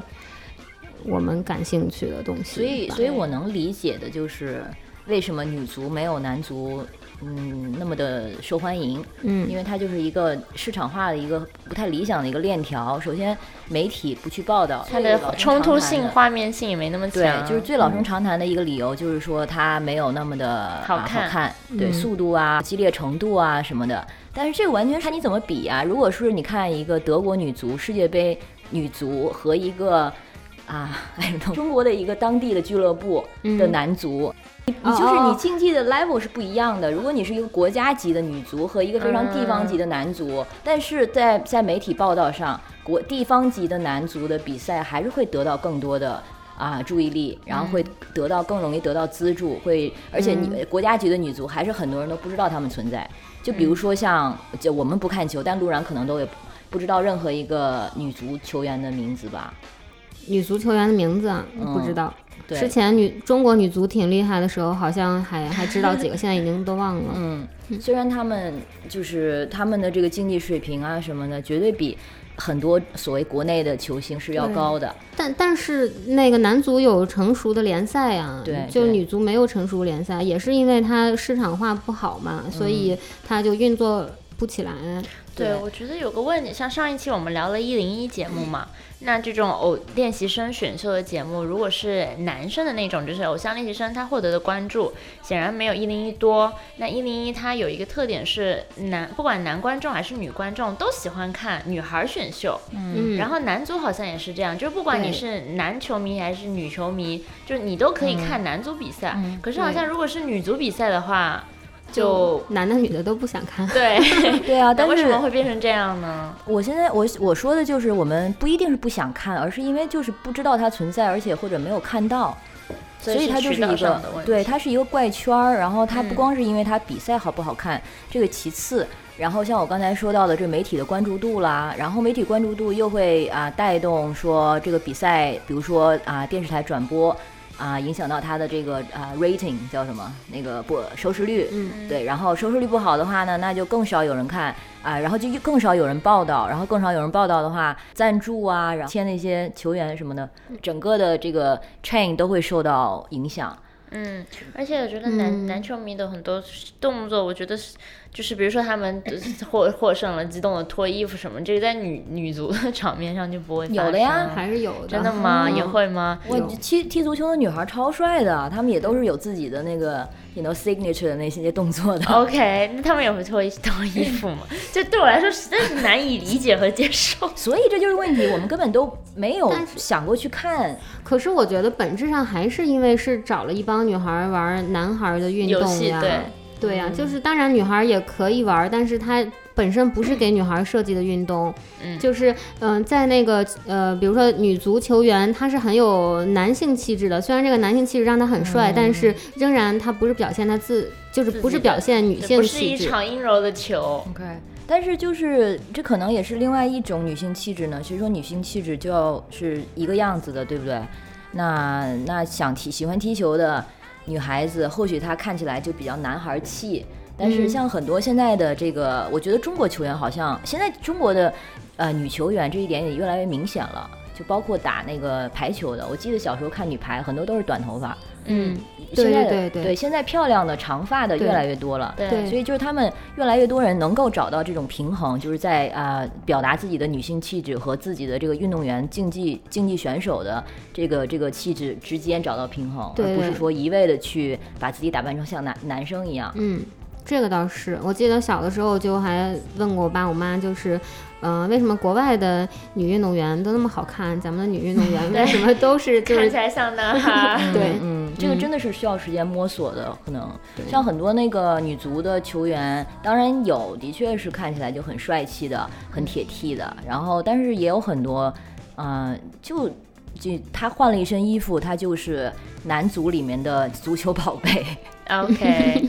S4: 我们感兴趣的东西吧。
S2: 所以，所以我能理解的就是为什么女足没有男足。嗯，那么的受欢迎，
S4: 嗯
S2: 因为它就是一个市场化的一个不太理想的一个链条。首先，媒体不去报道
S3: 它
S2: 老
S3: 的
S2: 生
S3: 冲突
S2: 常谈
S3: 性、
S2: 的
S3: 画面性也没那么
S2: 对
S3: 强，，嗯
S2: 就是最老生常谈的一个理由，就是说它没有那么的
S3: 好
S2: 啊
S3: 看嗯
S2: 好看对、速度啊、激烈程度啊什么的。但是这个完全看你怎么比啊。如果说你看一个德国女足世界杯女足和一个啊，哎呦，中国的一个当地的俱乐部
S3: 嗯
S2: 的男足。你你就是
S4: 哦哦
S2: 你竞技的 level 是不一样的。如果你是一个国家级的女足和一个非常地
S3: 嗯
S2: 方级的男足，但是在在媒体报道上，国地方级的男足的比赛还是会得到更多的。啊，注意力，然后会
S3: 嗯
S2: 得到更容易得到资助，会而且你、国家级的女足还是很多人都不知道她们存在。就比如
S3: 嗯
S2: 说像，就我们不看球，但路然可能都也不知道任何一个女足球员的名字吧？
S4: 女足球员的名字啊
S2: 嗯
S4: 不知道。
S2: 对
S4: 之前女中国女足挺厉害的时候，好像 还还知道几个，现在已经都忘了。
S2: 嗯，虽然他们就是他们的这个竞技水平啊什么的，绝对比很多所谓国内的球星是要高的。
S4: 但但是那个男足有成熟的联赛啊，
S2: 对
S4: 就
S2: 对
S4: 女足没有成熟联赛，也是因为它市场化不好嘛，
S3: 嗯
S4: 所以它就运作不起来。
S3: 对，
S2: 对
S3: 我觉得有个问题，像上一期我们聊了一零一节目嘛，那这种偶练习生选秀的节目，如果是男生的那种，就是偶像练习生，他获得的关注显然没有一零一多。那一零一它有一个特点是男，不管男观众还是女观众都喜欢看女孩选秀，
S4: 嗯，
S3: 然
S4: 后
S3: 后男足好像也是这样，就是不管
S4: 对
S3: 你是男球迷还是女球迷，就是你都可以看男足比赛。可是好像如果是女足比赛的话，就
S4: 男的女的都不想看。
S3: 对，
S2: 对啊，
S3: 那
S2: 但
S3: 为什
S2: 是
S3: 么会变成这样呢？
S2: 我现在我我说的就是我们不一定是不想看，而是因为就是不知道它存在，而且或者没有看到。所以
S3: 是
S2: 它就
S3: 渠
S2: 是
S3: 道
S2: 一
S3: 上
S2: 个
S3: 的问题
S2: 对，它是一个怪圈儿。然后它不
S3: 嗯
S2: 光是因为它比赛好不好看，这个其次。然后像我刚才说到的，这媒体的关注度啦，然后媒体关注度又会啊、带动说这个比赛，比如说啊、电视台转播啊、影响到它的这个啊、rating 叫什么那个播啊收视率，
S4: 嗯
S2: 对。然后收视率不好的话呢，那就更少有人看啊、然后就更少有人报道，然后更少有人报道的话，赞助啊，然后签那些球员什么的，整个的这个 chain 都会受到影响。
S3: 嗯，而且我觉得男、
S4: 嗯
S3: 男球迷的很多动作，我觉得是就是比如说他们呃获获胜了，激动的脱衣服什么，这个在女女足的场面上就不会发
S2: 有的呀
S3: 生
S4: 还是有的，
S3: 真的吗？
S4: 嗯
S3: 也会吗？
S2: 我
S4: 有
S2: 踢踢足球的女孩超帅的，她们也都是有自己的那个，you know signature 的那些动作
S4: 哦
S2: 的。
S3: OK，那他们也会脱衣脱衣服吗？这对我来说实在是难以理解和接受。
S2: 所以这就是问题，我们根本都没有
S4: 但是
S2: 想过去看。
S4: 可是我觉得本质上还是因为是找了一帮女孩儿玩儿男孩儿的运
S3: 游
S4: 动
S3: 戏
S4: 呀，
S3: 对
S4: 对
S3: 嗯
S4: 呀、就是当然女孩儿也可以玩儿，但是它本身不是给女孩儿设计的运动，
S3: 嗯
S4: 就是嗯、呃在那个呃，比如说女足球员，她是很有男性气质的，虽然这个男性气质让她很帅，但是
S3: 嗯
S4: 仍然她不是表现她自，就是
S3: 自
S4: 不是
S3: 己的
S4: 表现女
S3: 这
S4: 性
S3: 不是一
S4: 气质，
S3: 场阴柔的球，
S2: OK，但是就是这可能也是另外一种女性气质呢。其实说女性气质就要是一个样子的，对不对？那那想踢喜欢踢球的女孩子，或许她看起来就比较男孩气。但是像很多现在的这个，我觉得中国球员好像现在中国的呃女球员这一点也越来越明显了。就包括打那个排球的，我记得小时候看女排，很多都是短头发，
S3: 嗯，
S2: 现
S4: 对
S2: 在
S4: 对对
S2: 对
S4: 对
S2: 现在漂亮的长发的
S4: 对
S2: 越来越多了。
S3: 对
S4: 对
S2: 所以就是他们越来越多人能够找到这种平衡，就是在啊、呃表达自己的女性气质和自己的这个运动员、竞技竞技选手的这个这个气质之间找到平衡，
S4: 对
S2: 而不是
S4: 对
S2: 说一味的去把自己打扮成像男男生一样。
S4: 嗯，这个倒是，我记得小的时候就还问过我爸我妈，就是，呃，为什么国外的女运动员都那么好看，咱们的女运动员为什么都是 就
S3: 看
S4: 是
S3: 起来像男孩。
S4: 对，
S2: 嗯，这个真的是需要时间摸索的，可能像很多那个女足的球员，当然有的确是看起来就很帅气的、很铁 T 的，然后但是也有很多，呃，就就他换了一身衣服，他就是男足里面的足球宝贝。
S3: OK，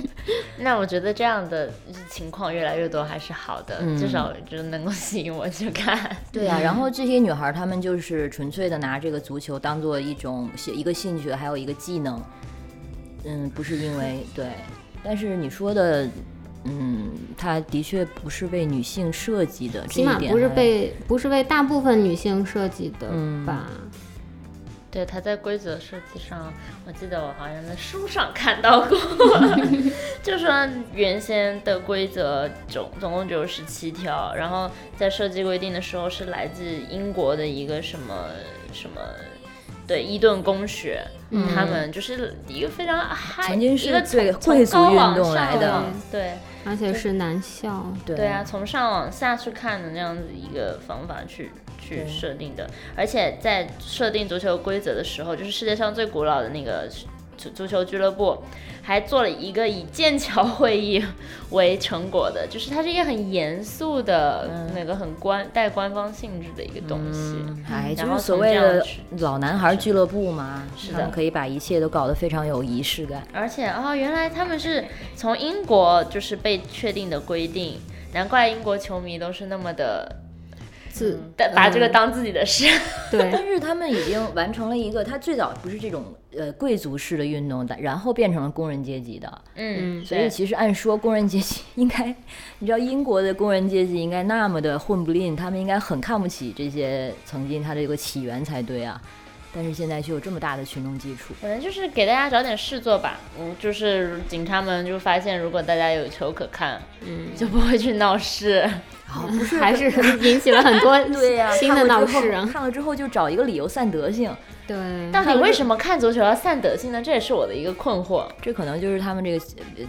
S3: 那我 觉得这样的情况越来越多还是好的，
S2: 嗯
S3: 至少就能够吸引我去看。
S2: 对啊，然
S3: 嗯
S2: 后这些女孩儿她们就是纯粹的拿这个足球当做一种兴一个兴趣，还有一个技能。嗯，不是因为对，但是你说的，嗯，它的确不是为女性设计的，这
S4: 起
S2: 一
S4: 码
S2: 点
S4: 不是
S2: 还
S4: 被不是为大部分女性设计的
S2: 嗯
S4: 吧？
S3: 对，他在规则设计上，我记得我好像在书上看到 过，就说原先的规则总总共只有十七条，然后在设计规定的时候是来自英国的一个什么什么。对伊顿公学，他们就是一个非常嗨，
S2: 嗯曾经
S3: 一
S2: 是
S3: 个
S2: 最
S3: 从
S2: 贵族
S3: 从高
S2: 运
S3: 往
S2: 动
S3: 上
S2: 来的
S3: 往对，
S4: 而且是男校，
S2: 对
S3: 对啊，，从上往下去看的那样子一个方法去去设定的，而且在设定足球规则的时候，就是世界上最古老的那个足足球俱乐部，还做了一个以剑桥会议为成果的，就是它是一个很严肃的、
S2: 嗯
S3: 那个很官带官方性质的一个东西。嗯
S2: 哎，就
S3: 然后
S2: 是所
S3: 从
S2: 谓
S3: 这样
S2: 的
S3: 去
S2: 老男孩俱乐部嘛，
S3: 是
S2: 他们
S3: 的
S2: 可以把一切都搞得非常有仪式 感。
S3: 而且哦，原来他们是从英国就是被确定的规定，难怪英国球迷都是那么的
S4: 自
S2: 嗯
S3: 把把这个当自己的事。
S4: 对
S2: 但是他们已经完成了一个，他最早不是这种呃贵族式的运动的，然后变成了工人阶级的，
S3: 嗯，
S2: 所以
S3: 对
S2: 其实按说工人阶级 应该，你知道英国的工人阶级应该那么的混不吝，他们应该很看不起这些曾经它的这个起源才对啊。但是现在却有这么大的群众基础，
S3: 可能就是给大家找点事做吧。嗯，就是警察们就发现，如果大家有球可看，嗯， 就不会去闹事。
S2: 不是
S4: 还是 引起了很多新的闹事啊。
S2: 看了之后就找一个理由散德性，
S4: 对，
S3: 到底为什么看足球要散德性呢？这也是我的一个困惑。
S2: 这可能就是他们这个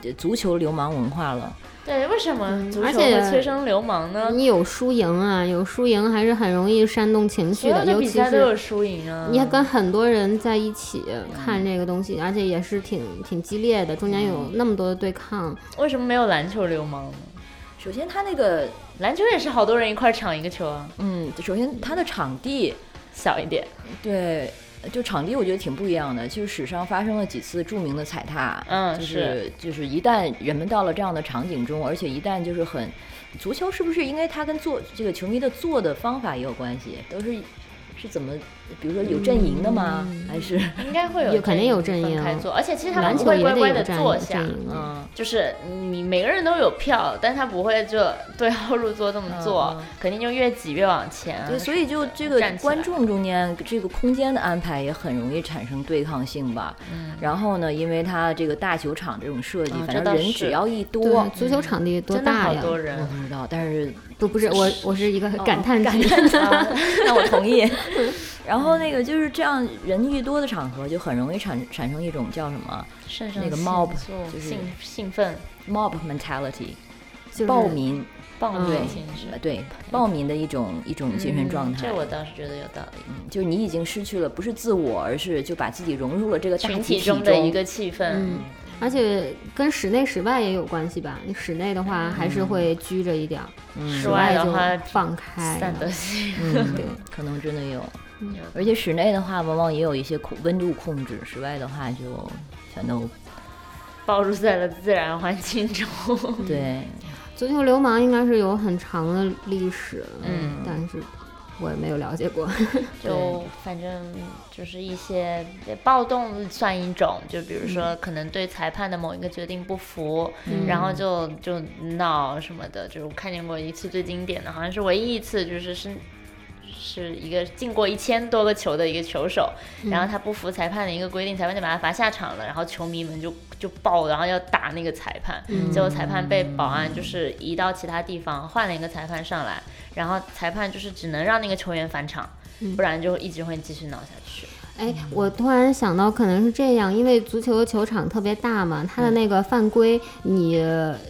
S2: 呃足球流氓文化了。
S3: 对，为什么足
S4: 嗯而
S3: 球
S4: 且
S3: 会催生流氓呢？
S4: 你有输赢啊，有输赢还是很容易煽动情
S3: 所
S4: 绪
S3: 有
S4: 的，
S3: 的
S4: 尤
S3: 比
S4: 其
S3: 赛都有
S4: 是
S3: 输赢啊。
S4: 你跟很多人在一起看这个东西，而且也是挺挺激烈的，中间有那么多的对抗，
S3: 为什么没有篮球流氓呢？
S2: 首先，他那个
S3: 篮球也是好多人一块抢一个球啊，
S2: 嗯，首先他的场地
S3: 小一点。
S2: 对，就场地我觉得挺不一样的，就是史上发生了几次著名的踩踏，
S3: 嗯
S2: 就是就是一旦人们到了这样的场景中，而且一旦就是很，足球是不是因为它跟做这个球迷的做的方法也有关系，都是是怎么，比如说有阵营的吗？还是
S3: 应该会有
S4: 有肯定有阵
S3: 分
S4: 营啊
S3: 开坐，而且其实他们
S4: 篮
S3: 不
S4: 球
S3: 会
S4: 也
S3: 乖
S4: 得
S3: 乖
S4: 有
S3: 的
S4: 战
S3: 坐下
S4: 阵，营啊。
S2: 嗯，
S3: 就是你每个人都有票，但他不会就对号入座这么做，
S2: 嗯嗯
S3: 肯定就越挤越往前啊。
S2: 对，所以就这
S3: 站
S2: 个
S3: 起来
S2: 观众中间这个空间的安排也很容易产生对抗性吧。嗯，然后呢，因为它这个大球场这种设计，
S3: 啊这
S2: 反
S3: 倒
S2: 正人
S3: 是
S2: 只要一多
S4: 对，，足球场地多
S3: 真的
S4: 大
S3: 好
S4: 呀？
S3: 多
S2: 我
S3: 人。哦
S2: 不知道，但是
S4: 不，不是我，我是一个感叹句。
S2: 啊， 那我同意。然后那个就是这样，人越多的场合就很容易产产生一种叫什么
S3: 肾上
S2: 那个
S3: 腺
S2: mob，
S3: 素
S2: 就是
S3: 兴兴奋
S2: mob mentality，
S4: 就是
S2: 暴民，
S3: 暴
S4: 嗯
S3: 力情绪
S2: 呃，对暴民的一种一种精神状态
S3: 嗯这。我倒是觉得有道理。
S2: 嗯就是你已经失去了不是自我，而是就把自己融入了这个大
S3: 群
S2: 集
S3: 体
S2: 体
S3: 中的一个气氛，
S4: 嗯，而且跟室内室外也有关系吧？你室内的话还是会拘着一点儿，
S3: 嗯室
S4: 室
S3: 外的
S4: 就
S3: 话
S4: 放开
S3: 散
S4: 了。
S3: 德性。
S2: 嗯，可能真的有。
S3: 嗯
S2: 而且室内的话，往往也有一些控温度控制，室外的话就全都
S3: 暴露在了自然环境中。嗯
S2: 对。
S4: 足球流氓应该是有很长的历史，
S3: 嗯
S4: 但是我也没有了解过。
S3: 就反正就是一些暴动算一种，就比如说可能对裁判的某一个决定不服，然后就就闹什么的，就是我看见过一次最经典的，好像是唯一一次，就是是是一个进过一千多个球的一个球手，然后他不服裁判的一个规定，裁判就把他罚下场了，然后球迷们就就爆，然后要打那个裁判，结果裁判被保安就是移到其他地方，换了一个裁判上来，然后裁判就是只能让那个球员返场，不然就一直会继续闹下去。
S4: 哎，我突然想到，可能是这样，因为足球的球场特别大嘛，它
S3: 嗯
S4: 的那个犯规，你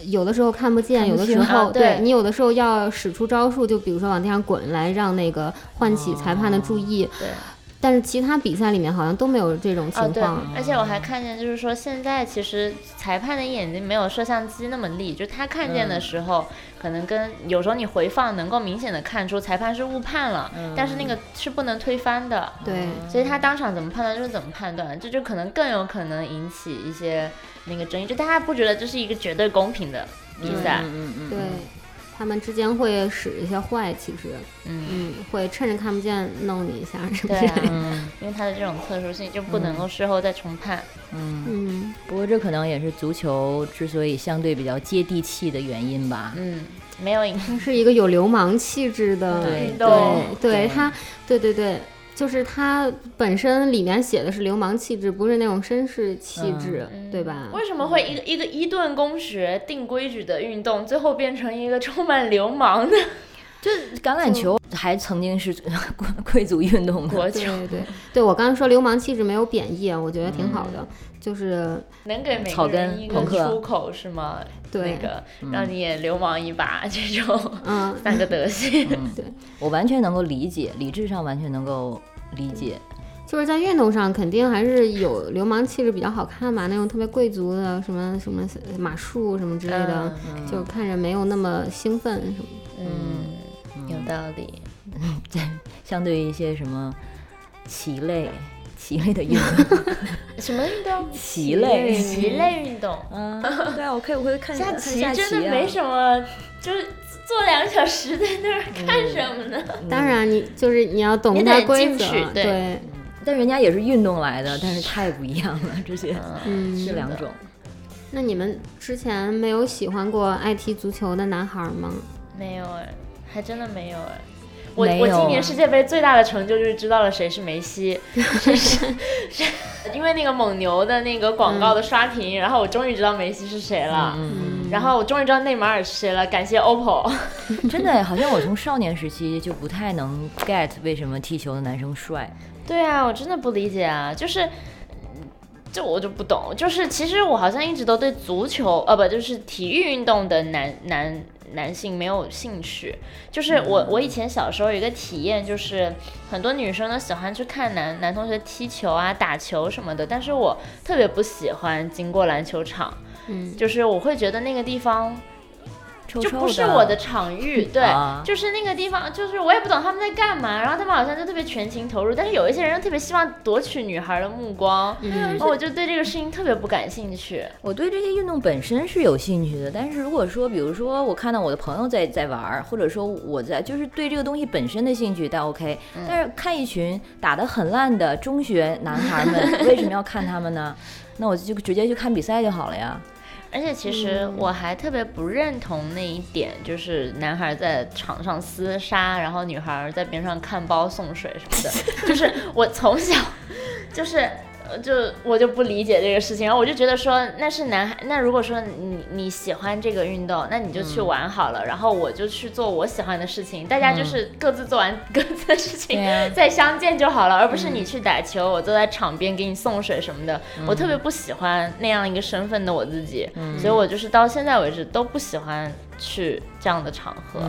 S4: 有的时候看不见，有的时
S3: 啊
S4: 候
S3: 对
S4: 你有的时候要使出招数，就比如说往地上滚来，让那个唤起裁判的注意。
S3: 哦对。
S4: 但是其他比赛里面好像都没有这种情况。啊
S3: 哦、对，而且我还看见，就是说现在其实裁判的眼睛没有摄像机那么利，就他看见的时
S4: 嗯
S3: 候，可能跟有时候你回放能够明显的看出裁判是误判了，
S4: 嗯
S3: 但是那个是不能推翻的。
S4: 对
S3: 所以他当场怎么判断就是怎么判断，这就可能更有可能引起一些那个争议，就大家不觉得这是一个绝对公平的比赛，
S2: 嗯嗯
S4: 对，他们之间会使一些坏，其实，
S3: 嗯
S4: 嗯，会趁着看不见弄你一下什么
S3: 对
S4: 之类
S3: 啊
S4: 的。，
S3: 因为它的这种特殊性就不能够事后再重判，
S2: 嗯。
S4: 嗯，
S2: 不过这可能也是足球之所以相对比较接地气的原因吧。
S3: 嗯，没有影，
S4: 他是一个有流氓气质的，
S2: 对
S3: 运动
S4: 对，对他，对对对，就是他本身里面写的是流氓气质，不是那种绅士气质，
S3: 嗯
S4: 对吧？
S3: 为什么会一个一个伊顿公学定规矩的运动，最后变成一个充满流氓的
S2: 这橄榄球还曾经是 贵贵族运动的，
S3: 国
S4: 对
S3: 球？
S4: 对对，对我刚刚说流氓气质没有贬义啊，我觉得挺好的，
S3: 嗯
S4: 就是
S3: 能给每
S2: 草
S3: 个
S2: 根
S3: 人一个
S2: 朋克嗯
S3: 出口是吗？
S4: 对
S3: 那个让你也流氓一把这 种
S4: 嗯，
S3: 三个德性。
S2: 嗯我完全能够理解，理智上完全能够理解。
S4: 就是在运动上肯定还是有流氓气质比较好看嘛，那种特别贵族的什么什么马术什么之类的，就看着没有那么兴奋什么的。
S3: 嗯，有道理。
S2: 相对于一些什么棋类、棋类的运动，
S3: 什么运 动？
S2: 棋类，
S3: 棋类运动。
S2: 嗯，对啊，我可以回去看
S3: 下棋
S2: 下
S3: 真的
S2: 啊
S3: 没什么，就是坐两个小时在那儿看
S2: 嗯
S3: 什么呢？
S4: 当然你，就是你要懂一
S3: 你
S4: 下
S3: 嗯得
S4: 规
S3: 进
S4: 则
S3: 去，对
S4: 对，
S2: 但人家也是运动来的，但是太不一样了，这些
S4: 嗯，
S2: 这两种。
S4: 那你们之前没有喜欢过爱踢足球的男孩吗？
S3: 没有哎，还真的没有哎。我
S2: 没
S3: 我
S2: 有
S3: 今年
S2: 啊
S3: 世界杯最大的成就就是知道了谁是 梅西，谁是谁，因为那个蒙牛的那个广告的刷屏，然后我终于知道梅西是谁了，
S2: 嗯
S3: 然后我终于知道内马尔是谁了，感谢 OPPO。
S2: 真的，好像我从少年时期就不太能 get 为什么踢球的男生帅。
S3: 对啊，我真的不理解啊，就是，嗯这我就不懂。就是其实我好像一直都对足球，呃，不，就是体育运动的男男男性没有兴趣。就是我我以前小时候有一个体验，就是很多女生呢喜欢去看男男同学踢球啊、打球什么的，但是我特别不喜欢经过篮球场，
S4: 嗯，
S3: 就是我会觉得那个地方
S2: 臭
S3: 就
S2: 臭
S3: 不是我的场域，对，
S2: 啊
S3: 就是那个地方，就是我也不懂他们在干嘛，然后他们好像就特别全情投入，但是有一些人特别希望夺取女孩的目光，然后我就对这个事情特别不感兴趣。
S2: 我对这些运动本身是有兴趣的，但是如果说，比如说我看到我的朋友在在玩儿，或者说我在就是对这个东西本身的兴趣倒 OK，、但是看一群打得很烂的中学男孩们，为什么要看他们呢？那我就直接去看比赛就好了呀。
S3: 而且其实我还特别不认同那一点，就是男孩在场上厮杀，然后女孩在边上看包送水什么的。就是我从小，就是呃就我就不理解这个事情，然后我就觉得说那是男孩，那如果说你你喜欢这个运动，那你就去玩好了，然后我就去做我喜欢的事情，大家就是各自做完 各自的事情、
S2: 对呀
S3: 再相见就好了，而不是你去打球，我坐在场边给你送水什么的。我特别不喜欢那样一个身份的我自己，所以我就是到现在为止都不喜欢去这样的场合。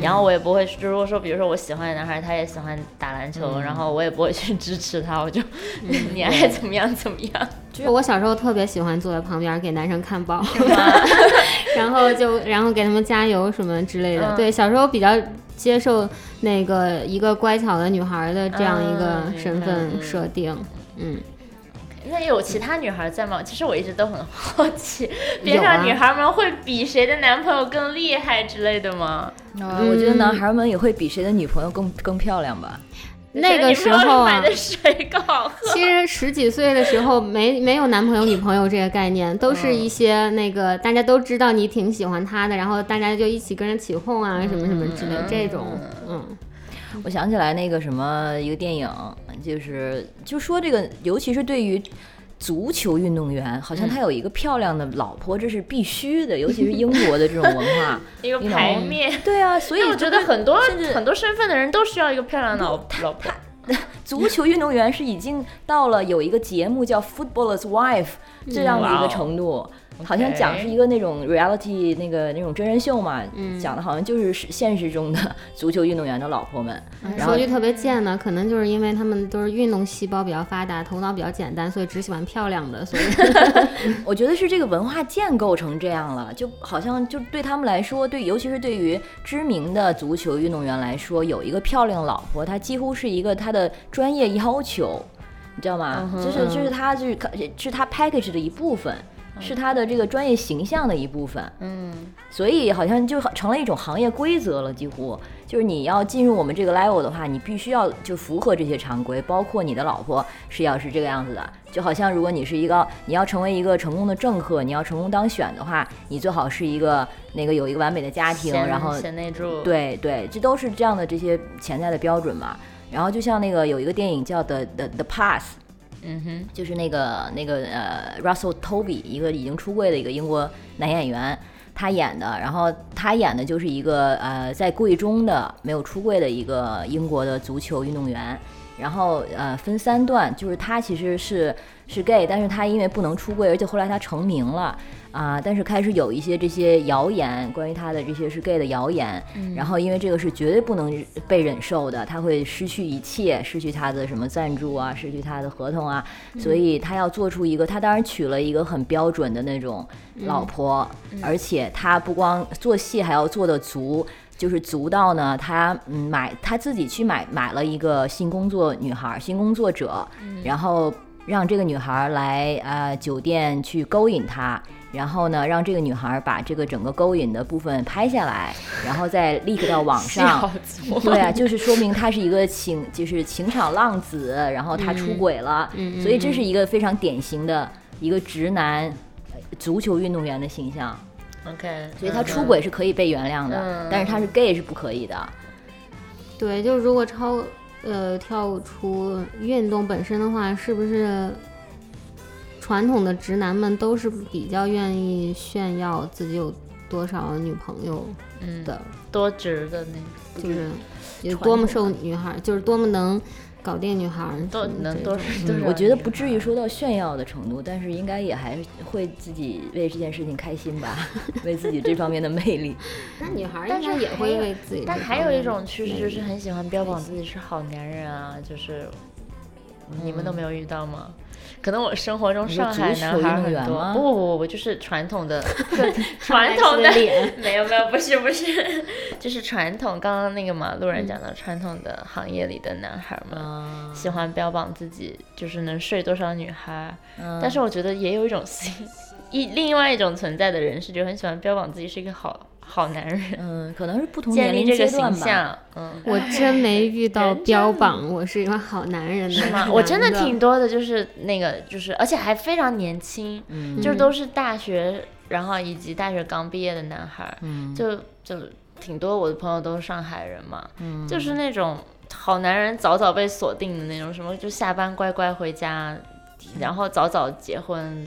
S3: 然后我也不会，如果说比如说我喜欢的男孩，他也喜欢打篮球，然后我也不会去支持他，我就、 你爱怎么样怎么样。
S4: 就我小时候特别喜欢坐在旁边给男生看报， 然后就然后给他们加油什么之类的。
S3: 嗯
S4: 对，小时候比较接受那个一个乖巧的女孩的这样一
S3: 嗯
S4: 个
S3: 明
S4: 身
S3: 白
S4: 份设定。嗯，
S3: 那有其他女孩在吗？其实我一直都很好 奇，边
S4: 有啊
S3: 上女孩们会比谁的男朋友更厉害之类的吗？
S2: 我觉得男孩们也会比谁的女朋友更更漂亮吧。
S4: 那个
S3: 谁
S4: 时
S3: 的女朋友
S4: 候啊
S3: 买，的水更好喝。
S4: 其实十几岁的时候没没有男朋友女朋友这个概念，都是一
S3: 嗯
S4: 些那个大家都知道你
S3: 嗯
S4: 挺喜欢他的，然后大家就一起跟着起哄啊什么什么之类这种，嗯，
S2: 我想起来那个什么一个电影，就是就说这个，尤其是对于。足球运动员好
S3: 嗯
S2: 像他有一个漂亮的老婆，这是必须的，尤其是英国的这种文化。
S3: 一个
S2: 你懂
S3: 牌
S2: 吗
S3: 面。
S2: 对啊，所以
S3: 那我
S2: 就
S3: 觉得
S2: 是
S3: 很多
S2: 甚至
S3: 很多身份的人都需要一个漂亮的老老婆。
S2: 足球运动员是已经到了有一个节目叫《Footballer's Wife》这样的一
S3: 哇哦
S2: 个程度。好像
S3: OK
S2: 讲是一个那种 reality 那个那种真人秀嘛，
S3: 嗯
S2: 讲的好像就是现实中的足球运动员的老婆们，然后
S4: 说句特别贱的，可能就是因为他们都是运动细胞比较发达，头脑比较简单，所以只喜欢漂亮的， 所以
S2: 我觉得是这个文化建构成这样了，就好像就对他们来说，对尤其是对于知名的足球运动员来说，有一个漂亮老婆，她几乎是一个他的专业要求，你知道吗？就是就是他就是是他 package 的一部分，是他的这个专业形象的一部分。
S3: 嗯，
S2: 所以好像就成了一种行业规则了，几乎就是你要进入我们这个 level 的话，你必须要就符合这些常规，包括你的老婆是要是这个样子的。就好像如果你是一个你要成为一个成功的政客，你要成功当选的话，你最好是一个那个有一个完美的家庭，
S3: 贤
S2: 然后
S3: 贤内助。，
S2: 对对，这都是这样的这些潜在的标准嘛。然后就像那个有一个电影叫《The The The Pass》，
S3: 嗯哼，
S2: 就是那个那个呃，Russell Toby，一个已经出柜的一个英国男演员，他演的。然后他演的就是一个呃，在柜中的没有出柜的一个英国的足球运动员。然后呃，分三段，就是他其实是是 gay，但是他因为不能出柜，而且后来他成名了啊、但是开始有一些这些谣言关于他的这些是 gay 的谣言，然后因为这个是绝对不能被忍受的，他会失去一切，失去他的什么赞助啊，失去他的合同啊，所以他要做出一个，他当然娶了一个很标准的那种老婆，而且他不光做戏还要做的足。就是足到呢，他嗯买他自己去买买了一个新工作女孩，新工作者，然后让这个女孩来呃酒店去勾引他，然后呢让这个女孩把这个整个勾引的部分拍下来，然后再 leak 到网 上，
S3: 小组。
S2: 对啊，就是说明他是一个情，就是情场浪子，然后他出轨了，所以这是一个非常典型的一个直男呃足球运动员的形象。
S3: OK，
S2: 所以他出轨是可以被原谅的，
S3: 嗯
S2: 但是他是 gay 是不可以的。
S4: 对，就如果超呃跳出运动本身的话，是不是传统的直男们都是比较愿意炫耀自己有多少女朋友
S3: 嗯
S4: 的，
S3: 多值的那种，
S4: 就是有
S2: 传
S4: 多么
S2: 统
S4: 受女孩儿，就是多么能搞定女孩儿什
S3: 多
S2: 嗯
S4: 么
S3: 能
S4: 这
S3: 多
S4: 种
S3: 多少
S2: 我觉得
S3: 女
S2: 不至
S3: 孩
S2: 于说到炫耀的程度，但是应该也还会自己为这件事情开心吧， 为自己这方面的魅力。
S4: 那女孩儿
S3: 但
S4: 应该
S3: 是
S4: 也
S3: 还
S4: 会
S3: 有
S4: 为自己这方
S3: 但
S4: 面。
S3: 还有一种趋势就是很喜欢标榜自己是好男人啊，就是你们都没有遇到吗？可能我生活中
S2: 嗯你说
S3: 上海
S2: 足球
S3: 男
S2: 运
S3: 孩
S2: 动
S3: 很
S2: 员
S3: 多，
S2: 吗
S3: 不不不不，就是传 统的传统的 没有没有不是不是，就是传统刚刚那个嘛，路人讲到传统的行业里的男孩们
S2: 嗯，
S3: 喜欢标榜自己就是能睡多少女孩，但
S2: 但
S3: 是我觉得也有一种新一另外一种存在的人士就很喜欢标榜自己是一个好好男人。
S2: 嗯，可能是不同
S3: 建
S2: 年
S3: 立
S2: 龄
S3: 这
S2: 阶
S3: 个形
S2: 段吧。
S3: 象，嗯，
S4: 我真没遇到
S3: 人真
S4: 标榜我是一个好男人的
S3: 是吗？
S4: 男
S3: 我真的挺多的，就是那个，就是而且还非常年轻，
S2: 嗯
S3: 就是都是大学，然后以及大学刚毕业的男孩儿，
S2: 嗯
S3: 就就挺多。我的朋友都是上海人嘛，就是那种好男人早早被锁定的那种，什么就下班乖乖回家，然后早早结婚。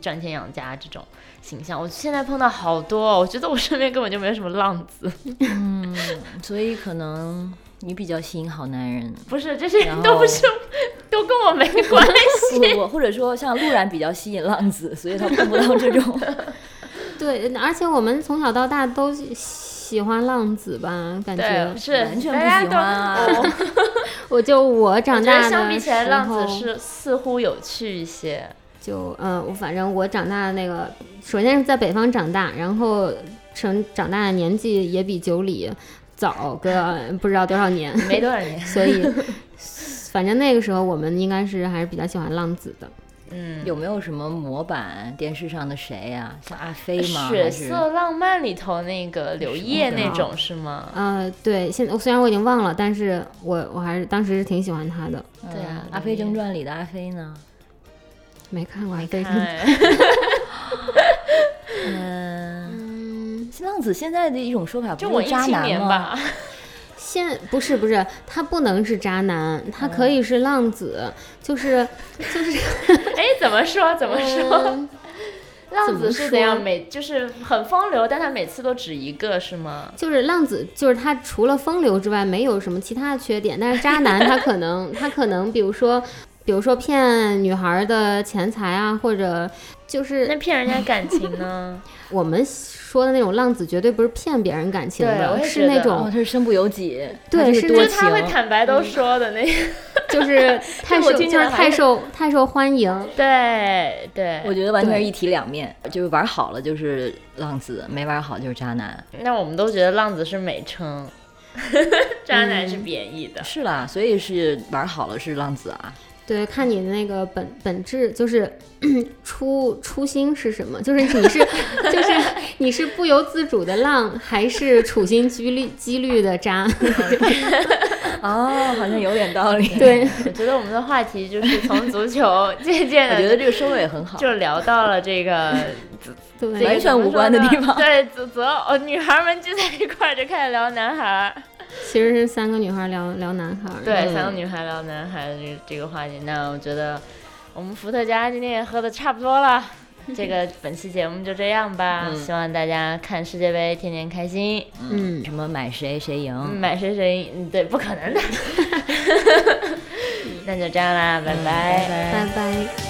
S3: 赚钱养家这种形象，我现在碰到好多哦，我觉得我身边根本就没有什么浪子，
S2: 所以可能你比较吸引好男 人。
S3: 不是这些
S2: 然后
S3: 都不是，都跟我没关系。
S2: 不不 不，或者说像陆然比较吸引浪子，所以他碰不到这种。
S4: 对，而且我们从小到大都喜喜欢浪子吧，感
S3: 对，
S4: 觉
S3: 是
S2: 完全不
S3: 大家
S2: 喜欢啊
S3: 都 我
S4: 我就我长
S3: 我觉
S4: 大
S3: 得
S4: 的
S3: 相比起来，
S4: 时
S3: 浪
S4: 候
S3: 子是似乎有趣 一些。
S4: 就嗯，我反正我长大的那个，首先是在北方长大，然后成长大的年纪也比九里早 个不知道多少年，
S3: 没 多少年，
S4: 所以 反正那个时候我们应该是还是比较喜欢浪子的。
S3: 嗯，
S2: 有没有什么模板？电视上的谁呀、像阿飞吗？
S3: 血
S2: 还是
S3: 色浪漫里头那个刘烨
S4: 是的
S2: 啊
S3: 那种是吗？
S4: 呃，对，现在虽然我已经忘了，但是我我还是当时是挺喜欢他的，
S2: 嗯
S3: 对啊
S2: 阿飞正传》里的阿飞呢？
S4: 没看过还可以看。
S3: 哎，
S2: 嗯，
S4: 嗯，
S2: 新浪子现在的一种说法不
S3: 嗯就我
S2: 是
S3: 一
S2: 渣
S3: 七
S2: 男
S3: 年
S2: 吗？
S3: 吧，
S4: 现不是不是，他不能是渣男，他可
S3: 嗯
S4: 以是浪子，就是就是
S3: 哎，怎么说？怎么
S2: 呃
S3: 说？
S4: 嗯
S3: 浪子是怎样？
S4: 说
S3: 每就是很风流，但他每次都只一个，是吗？
S4: 就是浪子，就是他除了风流之外没有什么其他的缺点，但是渣男他可能他可能比如说比如说骗女孩的钱财啊，或者就是
S3: 那骗人家感 情呢？
S4: 我们说的那种浪子，绝对不是骗别人感情
S3: 对我
S4: 的，
S3: 也
S4: 是那
S3: 觉得
S4: 种
S2: 哦，他是身不由己，
S4: 对
S2: 他就是多
S3: 就
S2: 情，
S3: 他会坦白
S2: 嗯
S3: 都说的那 个，
S4: 就是太
S3: 对我
S4: 受，
S3: 听起
S4: 就是
S3: 来还
S4: 太
S3: 是
S4: 受太受欢迎。
S3: 对对。
S2: 我觉得完全
S4: 对
S2: 是一体两面，就是玩好了就是浪子，没玩好就是渣男。
S3: 那我们都觉得浪子是美称， 渣男
S2: 嗯
S3: 是贬义的。
S2: 是啦，所以是玩好了是浪子啊。
S4: 对，看你那个本本质就是 初初心是什么，就是你是 就是你是不由自主的浪，还是处心积虑积虑的渣？
S2: 哦，好像有点道理。
S4: 对，
S3: 我 觉得我们的话题就是从 足球渐渐
S2: 我觉
S3: 的
S2: 得这个收尾很好。
S3: 就聊到了 这个这个
S4: 对，
S2: 完全无关的地方
S3: 对，择择偶，女孩们聚在一块儿就开始聊男孩
S2: 嗯
S3: 儿，
S4: 其实是三个女孩聊聊男孩。
S3: 对，三个女孩聊男孩儿这这个话题，那我觉得我们伏特加今天也喝的差不多了。这个本期节目就这样吧，
S2: 嗯
S3: 希望大家看世界杯天天开心，
S4: 嗯，
S2: 什么买谁谁赢？
S3: 买谁谁赢，嗯对，
S2: 嗯
S3: 不可能的，那就这样啦，拜拜
S4: 拜拜。